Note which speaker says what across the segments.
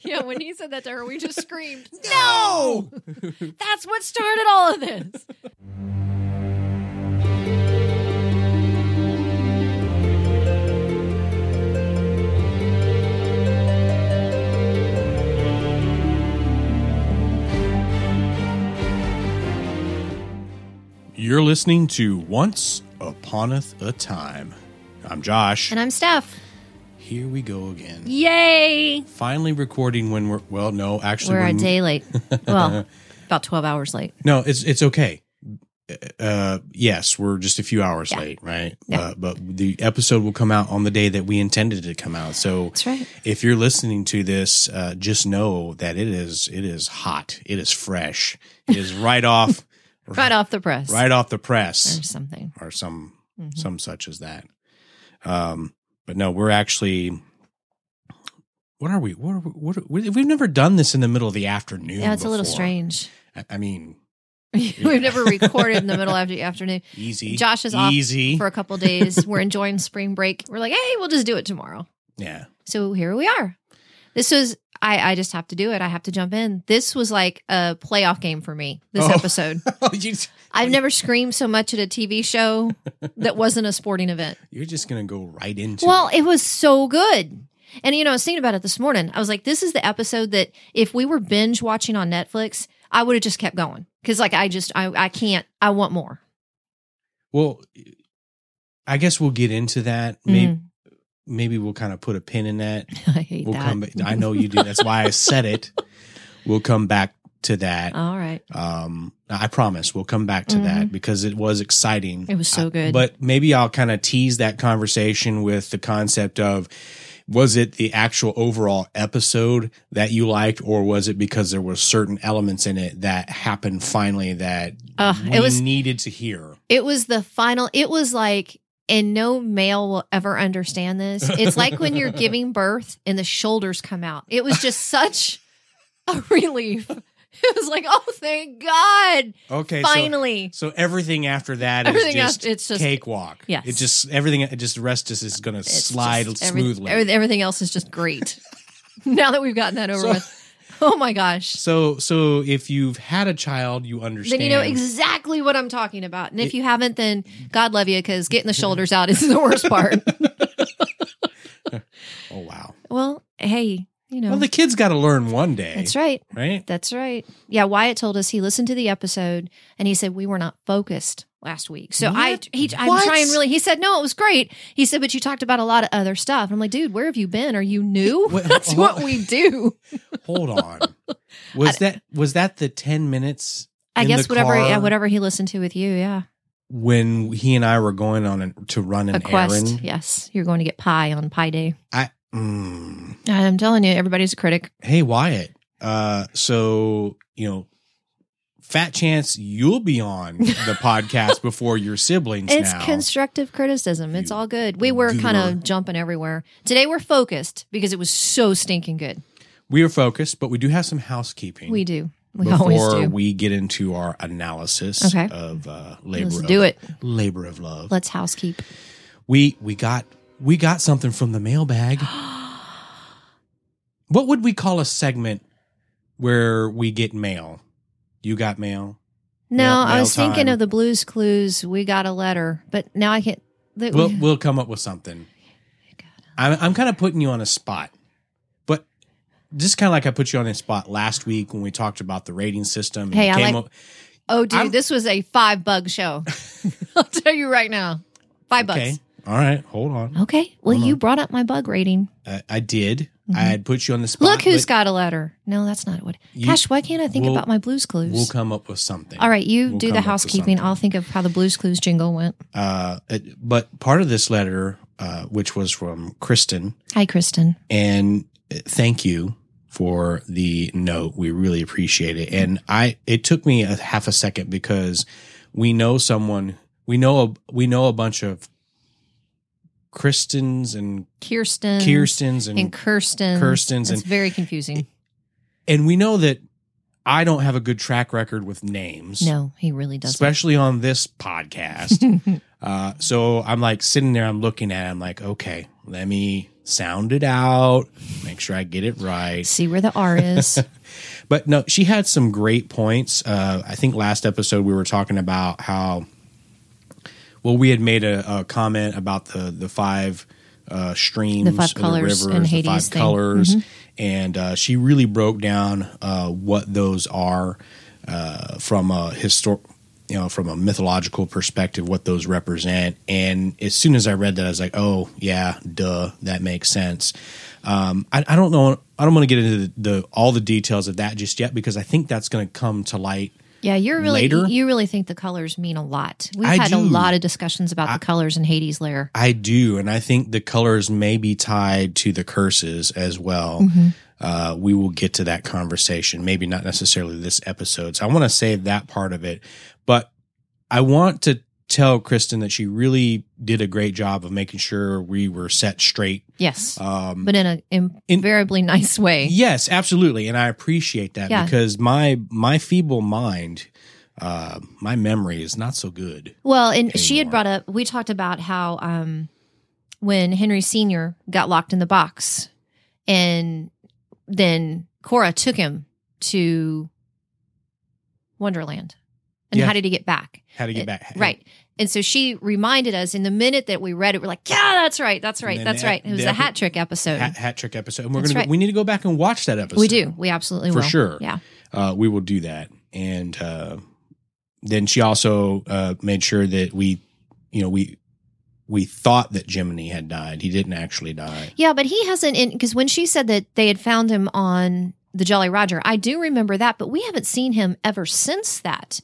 Speaker 1: Yeah, when he said that to her, we just screamed, No! That's what started all of this.
Speaker 2: You're listening to Once Uponeth a Time. I'm Josh.
Speaker 1: And I'm Steph.
Speaker 2: Here we go again.
Speaker 1: Yay!
Speaker 2: Finally recording when we're well, no, actually
Speaker 1: We're a
Speaker 2: when-
Speaker 1: day late. Well, about 12 hours late.
Speaker 2: No, it's it's okay. Uh, yes, we're just a few hours
Speaker 1: Yeah.
Speaker 2: late, right?
Speaker 1: Yeah.
Speaker 2: Uh, but the episode will come out on the day that we intended it to come out. So
Speaker 1: That's right.
Speaker 2: if you're listening to this, uh, just know that it is it is hot. It is fresh. It is right off
Speaker 1: Right off the press.
Speaker 2: right off the press
Speaker 1: Or something.
Speaker 2: or some
Speaker 1: Mm-hmm.
Speaker 2: some such as that. Um, but no, we're actually. What are we? What are we? What are, we- we've never done this in the middle of the afternoon.
Speaker 1: Yeah, it's a little
Speaker 2: before.
Speaker 1: strange.
Speaker 2: I, I mean,
Speaker 1: We've never recorded in the middle of the afternoon.
Speaker 2: easy.
Speaker 1: Josh is off
Speaker 2: easy.
Speaker 1: For a couple days, we're enjoying spring break. We're like, hey, we'll just do it tomorrow.
Speaker 2: yeah,
Speaker 1: So here we are. This was I, I just have to do it. I have to jump in. This was like a playoff game for me, this
Speaker 2: Oh.
Speaker 1: episode.
Speaker 2: you,
Speaker 1: I've never screamed so much at a TV show that wasn't a sporting event.
Speaker 2: you're just gonna go right into.
Speaker 1: Well, it was so good. And you know, I was thinking about it this morning. I was like, this is the episode that if we were binge watching on Netflix, I would have just kept going. Cause like I just I, I can't I want more.
Speaker 2: well, I guess we'll get into that. Maybe maybe we'll kind of put a pin in that.
Speaker 1: Mm. I Mm-hmm. hate
Speaker 2: We'll
Speaker 1: that.
Speaker 2: come. I know you do. That's why I said it. We'll come back to that.
Speaker 1: All right.
Speaker 2: Um, I promise we'll come back to that because it was exciting.
Speaker 1: Mm-hmm. It was so
Speaker 2: I-
Speaker 1: good.
Speaker 2: Uh, but maybe I'll kind of tease that conversation with the concept of was it the actual overall episode that you liked, or was it because there were certain elements in it that happened finally that
Speaker 1: Ugh,
Speaker 2: we
Speaker 1: it was
Speaker 2: needed to hear?
Speaker 1: It was the final. It was like, and no male will ever understand this. It's like when you're giving birth and the shoulders come out. It was just such a relief. It was like, oh, thank God,
Speaker 2: Okay,
Speaker 1: finally.
Speaker 2: So, so everything after that is
Speaker 1: Everything
Speaker 2: just
Speaker 1: after- it's just-
Speaker 2: cakewalk.
Speaker 1: Yes.
Speaker 2: it just everything. It just the rest is, is going to
Speaker 1: It's
Speaker 2: slide
Speaker 1: just every-
Speaker 2: smoothly.
Speaker 1: every- everything else is just great. now that we've gotten that over
Speaker 2: So-
Speaker 1: with, oh my gosh.
Speaker 2: so, so if you've had a child, you understand. Mm-hmm.
Speaker 1: Then you know exactly what I'm talking about. And if you haven't, then God love you because getting the shoulders out is the worst part.
Speaker 2: oh wow.
Speaker 1: well, hey, you know,
Speaker 2: Well, the kids got to learn one day.
Speaker 1: that's right.
Speaker 2: right?
Speaker 1: That's right. Yeah, Wyatt told us he listened to the episode and he said we were not focused last week. So I
Speaker 2: What?
Speaker 1: he I'm
Speaker 2: What?
Speaker 1: trying really. He said no, it was great. He said but you talked about a lot of other stuff. I'm like, dude, where have you been? Are you new?
Speaker 2: Wait,
Speaker 1: That's
Speaker 2: hold-
Speaker 1: what we do.
Speaker 2: Hold on. Was that was that the ten minutes?
Speaker 1: I
Speaker 2: in
Speaker 1: guess
Speaker 2: the
Speaker 1: whatever
Speaker 2: car
Speaker 1: yeah, whatever he listened to with you, yeah.
Speaker 2: When he and I were going on an, to run an
Speaker 1: A quest.
Speaker 2: errand,
Speaker 1: Yes. You're going to get pie on pie day.
Speaker 2: I mm,
Speaker 1: I'm telling you, everybody's a critic.
Speaker 2: hey Wyatt. Uh, so you know, fat chance you'll be on the podcast before your siblings.
Speaker 1: It's
Speaker 2: now.
Speaker 1: constructive criticism. It's
Speaker 2: You
Speaker 1: all good. We were kind
Speaker 2: goober.
Speaker 1: of jumping everywhere. Today we're focused because it was so stinking good.
Speaker 2: we are focused, but we do have some housekeeping.
Speaker 1: We do. We always
Speaker 2: before
Speaker 1: do.
Speaker 2: we get into our analysis
Speaker 1: Okay.
Speaker 2: of uh, labor,
Speaker 1: Let's
Speaker 2: of,
Speaker 1: do it.
Speaker 2: Labor of love.
Speaker 1: Let's housekeep.
Speaker 2: we we got we got something from the mailbag. what would we call a segment where we get mail? You got mail.
Speaker 1: No,
Speaker 2: Mail-
Speaker 1: I
Speaker 2: mail
Speaker 1: was thinking
Speaker 2: time.
Speaker 1: of the Blues Clues. We got a letter, but now I can't. that
Speaker 2: We'll
Speaker 1: we-
Speaker 2: we'll come up with something. I'm I'm kind of putting you on a spot, but just kind of like I put you on a spot last week when we talked about the rating system. and
Speaker 1: Hey,
Speaker 2: you
Speaker 1: I like-
Speaker 2: up-
Speaker 1: oh, dude,
Speaker 2: I'm-
Speaker 1: this was a five bug show. I'll tell you right now, five
Speaker 2: okay. All right, hold on.
Speaker 1: bugs. Okay. Well, you brought up my bug rating.
Speaker 2: I, I did. I had put you on the spot.
Speaker 1: Mm-hmm. Look who's
Speaker 2: Uh, but
Speaker 1: got a letter. No, that's not what.
Speaker 2: You-
Speaker 1: Gosh, why can't I think
Speaker 2: we'll-
Speaker 1: about my Blues Clues?
Speaker 2: We'll come up with something.
Speaker 1: All right, you
Speaker 2: we'll
Speaker 1: do
Speaker 2: come
Speaker 1: the
Speaker 2: up with
Speaker 1: housekeeping.
Speaker 2: something.
Speaker 1: I'll think of how the Blues Clues jingle went.
Speaker 2: Uh, it- but part of this letter, uh, which was from Kristen,
Speaker 1: Hi, Kristen.
Speaker 2: and uh, thank you for the note. We really appreciate it. And I, it took me a half a second because we know someone, we know, a, we know a bunch of Kristens and
Speaker 1: Kirsten.
Speaker 2: Kirstens and,
Speaker 1: Mm. And Kirsten.
Speaker 2: Kirstens
Speaker 1: It's
Speaker 2: and,
Speaker 1: very confusing.
Speaker 2: and we know that I don't have a good track record with names.
Speaker 1: No, he really doesn't.
Speaker 2: especially on this podcast. uh, so I'm like sitting there, I'm looking at it, I'm like, okay, let me sound it out, make sure I get it right.
Speaker 1: See where the R is.
Speaker 2: But no, she had some great points. Uh, I think last episode we were talking about how, well, we had made a, a comment about the the five uh, streams,
Speaker 1: The five
Speaker 2: or
Speaker 1: colors and
Speaker 2: the
Speaker 1: Hades
Speaker 2: five
Speaker 1: thing. Mm-hmm.
Speaker 2: colors, and uh, she really broke down uh, what those are uh, from a historic. You know, from a mythological perspective, what those represent, and as soon as I read that, I was like, "Oh, yeah, duh, that makes sense." Um, I, I don't know. I don't want to get into the, the all the details of that just yet because I think that's going to come to light.
Speaker 1: Yeah, you're really
Speaker 2: Later?
Speaker 1: you really think the colors mean a lot. We've
Speaker 2: I
Speaker 1: had a
Speaker 2: do.
Speaker 1: lot of discussions about the colors in Hades Lair.
Speaker 2: I do, and I think the colors may be tied to the curses as well.
Speaker 1: Mm-hmm.
Speaker 2: Uh, we will get to that conversation, maybe not necessarily this episode. So I want to save that part of it, but I want to tell Kristen that she really did a great job of making sure we were set straight.
Speaker 1: Yes,
Speaker 2: Um,
Speaker 1: but in a in-
Speaker 2: in-
Speaker 1: invariably nice way.
Speaker 2: Yes, absolutely, and I appreciate that
Speaker 1: Yeah.
Speaker 2: because my my feeble mind, uh, my memory is not so good.
Speaker 1: Well, and she had
Speaker 2: anymore.
Speaker 1: brought up we talked about how um when Henry Sr. got locked in the box and then Cora took him to Wonderland. And
Speaker 2: Yeah.
Speaker 1: how did he get back?
Speaker 2: How to get
Speaker 1: It-
Speaker 2: back?
Speaker 1: Right. And so she reminded us in the minute that we read it, we're like, yeah, that's right. That's right.
Speaker 2: then
Speaker 1: That's
Speaker 2: the-
Speaker 1: right. It was
Speaker 2: the
Speaker 1: a hat trick episode.
Speaker 2: Hat, hat trick episode, and we're
Speaker 1: That's
Speaker 2: gonna
Speaker 1: right.
Speaker 2: go, we need to go back and watch that episode.
Speaker 1: we do. We absolutely
Speaker 2: For
Speaker 1: will.
Speaker 2: sure.
Speaker 1: Yeah.
Speaker 2: uh, we will do that. And uh, then she also uh, made sure that we, you know, we we thought that Jiminy had died. He didn't actually die.
Speaker 1: Yeah, but he hasn't, because when she said that they had found him on the Jolly Roger, I do remember that, but we haven't seen him ever since that.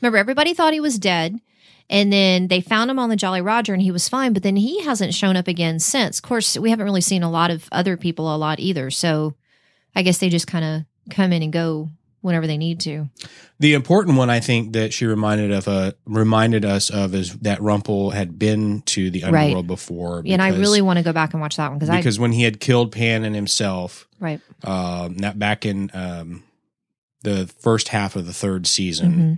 Speaker 1: Remember, everybody thought he was dead, and then they found him on the Jolly Roger and he was fine, but then he hasn't shown up again since. Of course, we haven't really seen a lot of other people a lot either, so I guess they just kind of come in and go whenever they need to.
Speaker 2: The important one, I think, that she reminded of uh, reminded us of is that Rumple had been to the
Speaker 1: Right.
Speaker 2: underworld before.
Speaker 1: and I
Speaker 2: because-
Speaker 1: really want to go back and watch that one because I,
Speaker 2: because when he had killed Pan and himself,
Speaker 1: right.
Speaker 2: um, that back in um, the first half of the third season.
Speaker 1: hmm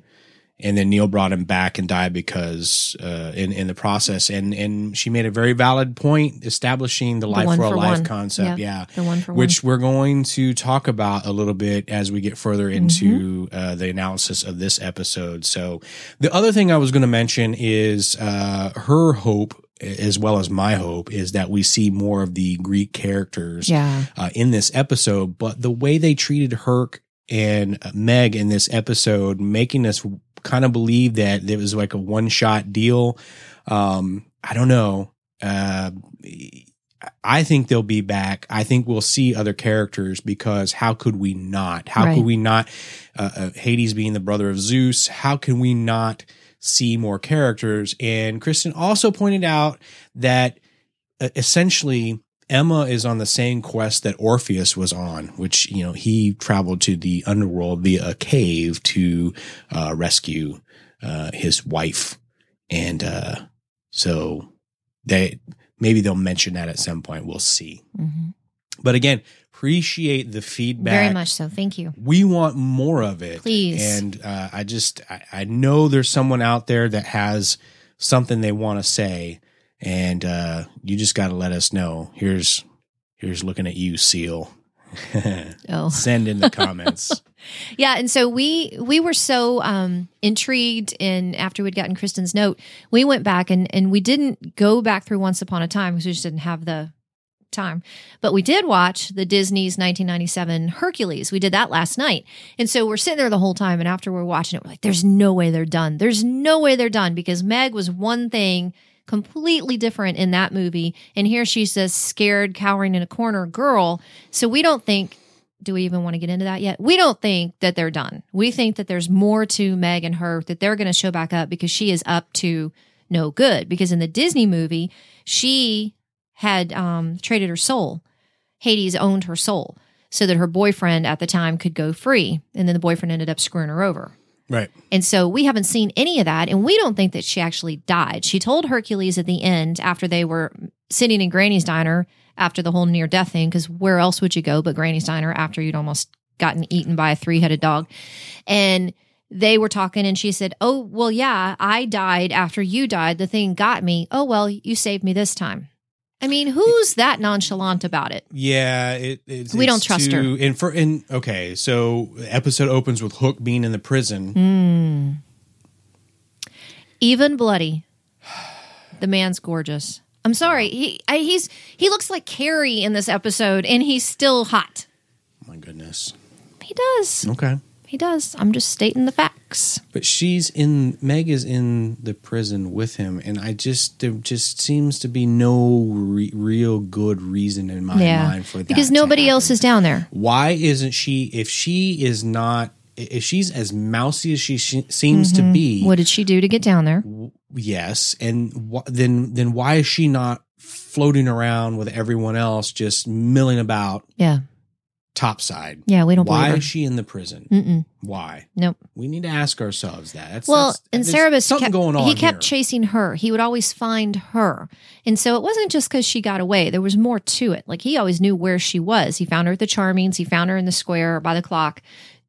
Speaker 2: and then Neil brought him back and died because uh, in in the process. And and she made a very valid point establishing the life
Speaker 1: one
Speaker 2: for a
Speaker 1: for
Speaker 2: life
Speaker 1: one.
Speaker 2: concept. Yeah.
Speaker 1: The one for
Speaker 2: Which we're going to talk about a little bit as we get further
Speaker 1: Mm-hmm.
Speaker 2: into uh, the analysis of this episode. So, the other thing I was going to mention is uh, her hope, as well as my hope, is that we see more of the Greek characters
Speaker 1: one. Yeah.
Speaker 2: uh, in this episode, but the way they treated Herc and Meg in this episode, making us kind of believe that it was like a one shot deal. Um, I don't know. Uh, I think they'll be back. I think we'll see other characters because how could we not? How
Speaker 1: Right.
Speaker 2: could we not? Uh, uh, Hades being the brother of Zeus, how can we not see more characters? And Kristen also pointed out that uh, essentially Emma is on the same quest that Orpheus was on, which you know he traveled to the underworld via a cave to uh, rescue uh, his wife, and uh, so they maybe they'll mention that at some point. We'll see.
Speaker 1: hmm
Speaker 2: But again, appreciate the feedback
Speaker 1: Very much so. Thank you.
Speaker 2: we want more of it
Speaker 1: Please.
Speaker 2: and uh, i just I, I know there's someone out there that has something they want to say and uh, you just got to let us know here's here's looking at you seal
Speaker 1: Oh.
Speaker 2: send in the comments
Speaker 1: Yeah, and so we we were so um, intrigued, and after we'd gotten Kristen's note, we went back and and we didn't go back through Once Upon a Time because we just didn't have the time, but we did watch the Disney's 1997 Hercules. We did that last night, and so we're sitting there the whole time, and after we're watching it, we're like, "There's no way they're done. There's no way they're done," because Meg was one thing. Completely different in that movie. And here she's this scared, cowering in a corner girl. So we don't think do we even want to get into that yet? We don't think that they're done. We think that there's more to Meg and her that they're going to show back up because she is up to no good. Because in the Disney movie, she had um, traded her soul. Hades owned her soul so that her boyfriend at the time could go free. And then the boyfriend ended up screwing her over.
Speaker 2: right
Speaker 1: And so we haven't seen any of that. And we don't think that she actually died. She told Hercules at the end after they were sitting in Granny's Diner after the whole near death thing, because where else would you go but Granny's Diner after you'd almost gotten eaten by a three headed dog? And they were talking, and she said, Oh, well, yeah, I died after you died. The thing got me. Oh, well, you saved me this time. I mean, who's that nonchalant about it?
Speaker 2: Yeah, it, it's
Speaker 1: We don't
Speaker 2: it's
Speaker 1: trust
Speaker 2: too- And for and okay, so episode opens with Hook being in the prison.
Speaker 1: Mm. Even bloody. The man's gorgeous. I'm sorry. He I, he's he looks like Carrie in this episode, and he's still hot.
Speaker 2: My goodness.
Speaker 1: He does.
Speaker 2: Okay,
Speaker 1: He does. I'm just stating the facts.
Speaker 2: but she's in. Meg is in the prison with him, and I just there just seems to be no re- real good reason in my mind for that
Speaker 1: because
Speaker 2: to
Speaker 1: nobody else
Speaker 2: happen.
Speaker 1: is down there.
Speaker 2: why isn't she if she is not if she's as mousy as she, she seems to be
Speaker 1: Mm-hmm. What did she do to get down there?
Speaker 2: yes and wh- then then why is she not floating around with everyone else just milling about
Speaker 1: Yeah.
Speaker 2: topside
Speaker 1: Yeah, we don't
Speaker 2: why
Speaker 1: believe her.
Speaker 2: is she in the prison
Speaker 1: Mm-mm.
Speaker 2: why
Speaker 1: Nope.
Speaker 2: we need to ask ourselves that that's,
Speaker 1: Well,
Speaker 2: that's-
Speaker 1: and
Speaker 2: there's
Speaker 1: Cerebus
Speaker 2: something
Speaker 1: kept,
Speaker 2: going on
Speaker 1: He kept
Speaker 2: here.
Speaker 1: chasing her. He would always find her, and so it wasn't just because she got away. There was more to it. Like he always knew where she was. He found her at the Charmings. He found her in the square by the clock.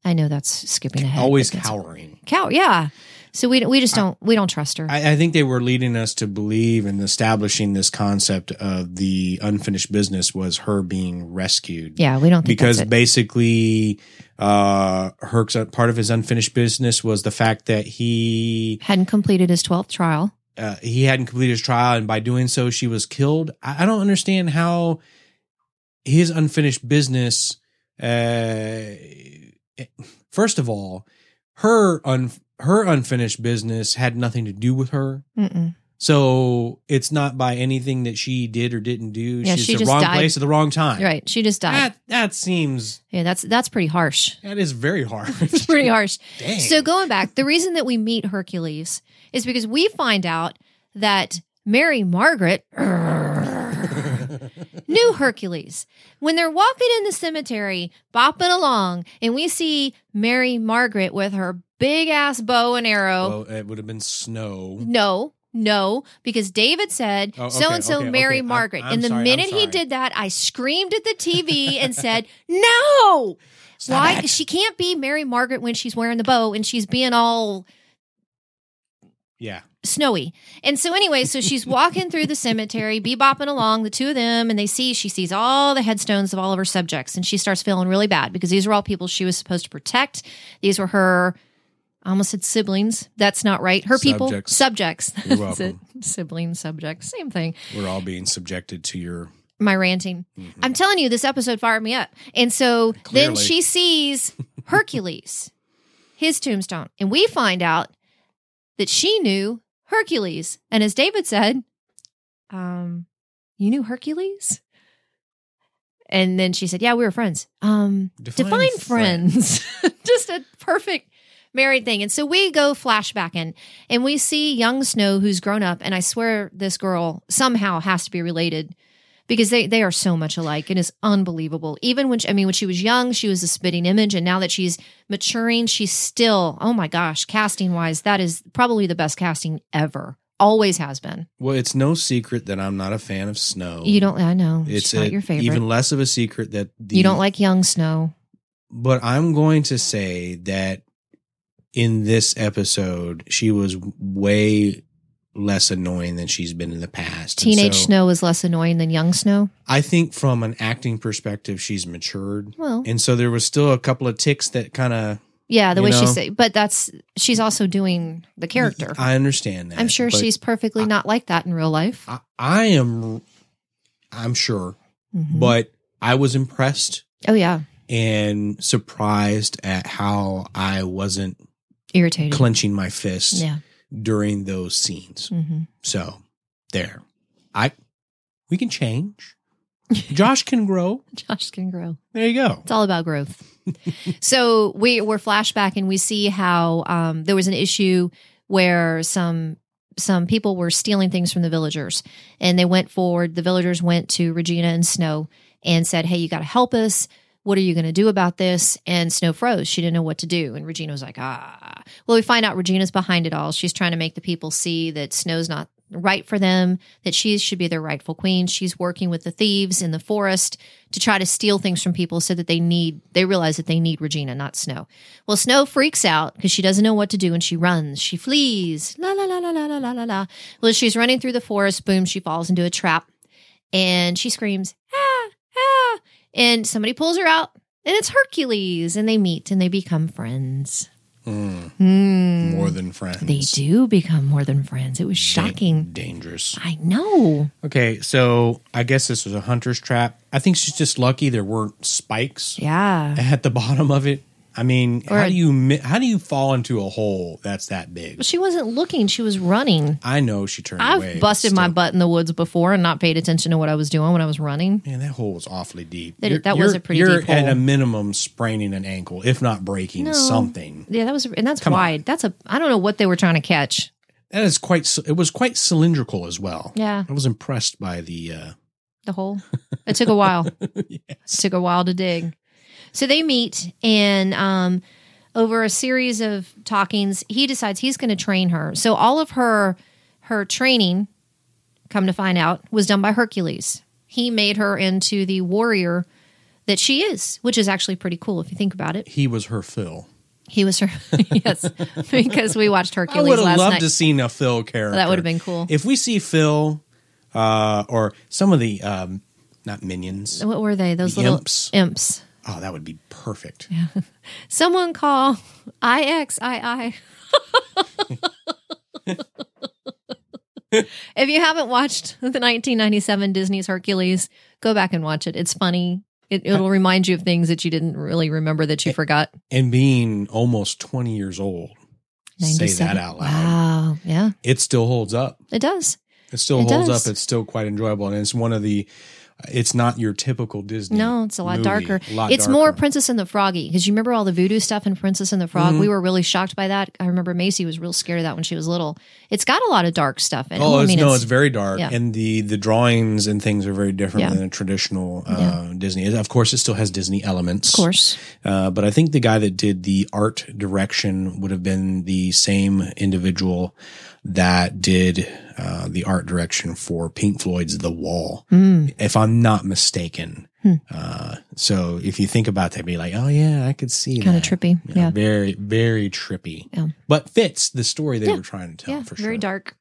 Speaker 1: I know that's skipping ahead.
Speaker 2: always
Speaker 1: but that's-
Speaker 2: cowering
Speaker 1: Cow. Yeah. So we we just don't we don't trust her.
Speaker 2: I, I think they were leading us to believe and establishing this concept of the unfinished business was her being rescued
Speaker 1: yeah, we don't think
Speaker 2: because
Speaker 1: that's it.
Speaker 2: basically uh Herc's part of his unfinished business was the fact that he
Speaker 1: hadn't completed his twelfth trial.
Speaker 2: uh, he hadn't completed his trial and by doing so she was killed i, I don't understand how his unfinished business uh first of all her un her unfinished business had nothing to do with her
Speaker 1: Mm-mm.
Speaker 2: so it's not by anything that she did or didn't do
Speaker 1: Yeah,
Speaker 2: she's
Speaker 1: she
Speaker 2: the
Speaker 1: just
Speaker 2: wrong
Speaker 1: died.
Speaker 2: place at the wrong time
Speaker 1: Right. She just died.
Speaker 2: that that seems
Speaker 1: yeah, that's that's pretty harsh.
Speaker 2: that is very hard
Speaker 1: It's pretty harsh.
Speaker 2: Dang.
Speaker 1: So going back, the reason that we meet Hercules is because we find out that Mary Margaret knew Hercules. When they're walking in the cemetery, bopping along, and we see Mary Margaret with her big ass bow and arrow.
Speaker 2: Well, it would have been snow.
Speaker 1: No, no, because David said
Speaker 2: Oh, okay,
Speaker 1: so and so
Speaker 2: okay,
Speaker 1: marry
Speaker 2: okay. I'm-
Speaker 1: Margaret.
Speaker 2: I'm
Speaker 1: and the
Speaker 2: sorry, I'm
Speaker 1: minute he
Speaker 2: sorry.
Speaker 1: did that, I screamed at the TV and said, No.
Speaker 2: Stop
Speaker 1: Why
Speaker 2: it.
Speaker 1: she can't be Mary Margaret when she's wearing the bow and she's being all
Speaker 2: Yeah.
Speaker 1: snowy. And so anyway, so she's walking through the cemetery, bebopping along, the two of them, and they see she sees all the headstones of all of her subjects, and she starts feeling really bad because these are all people she was supposed to protect. These were her I almost said siblings. That's not right. Her people
Speaker 2: Subjects.
Speaker 1: subjects.
Speaker 2: You're
Speaker 1: That's it.
Speaker 2: welcome.
Speaker 1: Sibling subjects. Same thing.
Speaker 2: We're all being subjected to your mm-hmm.
Speaker 1: My ranting. I'm telling you, this episode fired me up. And so then
Speaker 2: Clearly.
Speaker 1: she sees Hercules, his tombstone. And we find out that she knew Hercules. And as David said, um, you knew Hercules? And then she said, Yeah, we were friends. Um,
Speaker 2: Define
Speaker 1: define, friends. Just a perfect married thing. And so we go flashback in and we see young Snow who's grown up. And I swear this girl somehow has to be related because they, they are so much alike. It is unbelievable. Even when, she, I mean, when she was young, she was a spitting image. And now that she's maturing, she's still, oh my gosh, casting wise, that is probably the best casting ever. Always has been.
Speaker 2: Well, it's no secret that I'm not a fan of snow.
Speaker 1: You don't, I know. It's
Speaker 2: Oh. It's
Speaker 1: not
Speaker 2: a-
Speaker 1: your favorite.
Speaker 2: even less of a secret that the,
Speaker 1: you don't like young Snow.
Speaker 2: But I'm going to say that in this episode, she was way less annoying than she's been in the past. And
Speaker 1: Teenage
Speaker 2: so
Speaker 1: Snow is less annoying than young Snow.
Speaker 2: I think from an acting perspective, she's matured,
Speaker 1: Well,
Speaker 2: and so there was still a couple of ticks that kind of
Speaker 1: Yeah, the
Speaker 2: you
Speaker 1: way she
Speaker 2: know?
Speaker 1: say, but that's she's also doing the character. I,
Speaker 2: I understand that.
Speaker 1: am sure
Speaker 2: but-
Speaker 1: she's perfectly not like that in real life.
Speaker 2: I, I am, I'm sure,
Speaker 1: Mhm.
Speaker 2: but I was impressed
Speaker 1: oh yeah,
Speaker 2: and surprised at how I wasn't
Speaker 1: irritated.
Speaker 2: clenching my fists
Speaker 1: yeah,
Speaker 2: during those scenes.
Speaker 1: hmm
Speaker 2: So there, I we can change. Josh can grow.
Speaker 1: Josh can grow.
Speaker 2: There you go.
Speaker 1: It's all about growth. so we we're flashback and we see how um, there was an issue where some some people were stealing things from the villagers, and they went forward. The villagers went to Regina and Snow and said, "Hey, you got to help us." What are you going to do about this? And Snow froze. She didn't know what to do. And Regina was like, ah. Well, we find out Regina's behind it all. She's trying to make the people see that Snow's not right for them, that she should be their rightful queen. She's working with the thieves in the forest to try to steal things from people so that they need they realize that they need Regina, not Snow. Well, Snow freaks out because she doesn't know what to do and she runs. She flees. La la la la la la la la la. Well, as she's running through the forest, boom, she falls into a trap. and she screams, ah, ah, and somebody pulls her out, and it's Hercules, and they meet and they become friends.
Speaker 2: Mm,
Speaker 1: Hmm.
Speaker 2: More than friends.
Speaker 1: They do become more than friends. It was
Speaker 2: Dan-
Speaker 1: shocking.
Speaker 2: dangerous.
Speaker 1: I know.
Speaker 2: Okay, so I guess this was a hunter's trap. I think she's just lucky there weren't spikes
Speaker 1: Yeah.
Speaker 2: at the bottom of it. I mean,
Speaker 1: Or
Speaker 2: how
Speaker 1: a-
Speaker 2: do you mi- how do you fall into a hole that's that big?
Speaker 1: She wasn't looking, she was running.
Speaker 2: I know she turned
Speaker 1: I've
Speaker 2: away. but
Speaker 1: busted my
Speaker 2: still.
Speaker 1: butt in the woods before and not paid attention to what I was doing when I was running.
Speaker 2: Man, that hole was awfully deep.
Speaker 1: That-
Speaker 2: You're-
Speaker 1: that was
Speaker 2: you're-
Speaker 1: a pretty
Speaker 2: You're
Speaker 1: deep
Speaker 2: at
Speaker 1: hole.
Speaker 2: a minimum spraining an ankle, if not breaking
Speaker 1: No.
Speaker 2: something.
Speaker 1: Yeah, that was, and that's
Speaker 2: Come on.
Speaker 1: wide. That's a, I don't know what they were trying to catch.
Speaker 2: That is quite. c- It was quite cylindrical as well.
Speaker 1: Yeah,
Speaker 2: I was impressed by the. Uh,
Speaker 1: the hole. It took a while. It took a while to dig. So they meet, and um, over a series of talkings, he decides he's going to train her. So all of her her training, come to find out, was done by Hercules. He made her into the warrior that she is, which is actually pretty cool if you think about it.
Speaker 2: he was her Phil.
Speaker 1: He was her, yes, because we watched
Speaker 2: I
Speaker 1: Hercules
Speaker 2: would have
Speaker 1: last
Speaker 2: loved
Speaker 1: night.
Speaker 2: to seen a Phil character.
Speaker 1: That would have been cool.
Speaker 2: If we see Phil, uh, or some of the um, not minions.
Speaker 1: what were they? Those
Speaker 2: The
Speaker 1: little
Speaker 2: imps.
Speaker 1: imps.
Speaker 2: Oh, that would be perfect.
Speaker 1: Someone call IXII. if you haven't watched the 1997 Disney's Hercules, go back and watch it. It's funny. It, it'll remind you of things that you didn't really remember that you forgot.
Speaker 2: And being almost twenty years old, say that
Speaker 1: 97.
Speaker 2: out loud.
Speaker 1: Wow. Yeah,
Speaker 2: It still holds up.
Speaker 1: it does.
Speaker 2: It still
Speaker 1: It
Speaker 2: holds
Speaker 1: does.
Speaker 2: up. It's still quite enjoyable, and it's one of the. It's not your typical Disney.
Speaker 1: No, it's a lot
Speaker 2: movie.
Speaker 1: darker.
Speaker 2: A lot
Speaker 1: it's more
Speaker 2: darker.
Speaker 1: Princess and the Froggy because you remember all the voodoo stuff in Princess and the Frog.
Speaker 2: Mm-hmm.
Speaker 1: We were really shocked by that. I remember Macy was real scared of that when she was little. It's got a lot of dark stuff in it.
Speaker 2: Oh,
Speaker 1: I
Speaker 2: it's,
Speaker 1: mean,
Speaker 2: no,
Speaker 1: it's-
Speaker 2: it's, very dark,
Speaker 1: yeah.
Speaker 2: and the the drawings and things are very different
Speaker 1: Yeah.
Speaker 2: than a traditional uh, Disney. Of course, it still has Disney elements,
Speaker 1: of course.
Speaker 2: Uh, but I think the guy that did the art direction would have been the same individual that did uh, the art direction for Pink Floyd's The Wall,
Speaker 1: Hmm.
Speaker 2: if I'm not mistaken. Uh, so if you think about that, be like, oh yeah, I could see
Speaker 1: Kind of
Speaker 2: that.
Speaker 1: trippy.
Speaker 2: You know,
Speaker 1: Yeah.
Speaker 2: very very trippy,
Speaker 1: Yeah.
Speaker 2: but fits the story they
Speaker 1: Yeah.
Speaker 2: were trying to tell for sure.
Speaker 1: very dark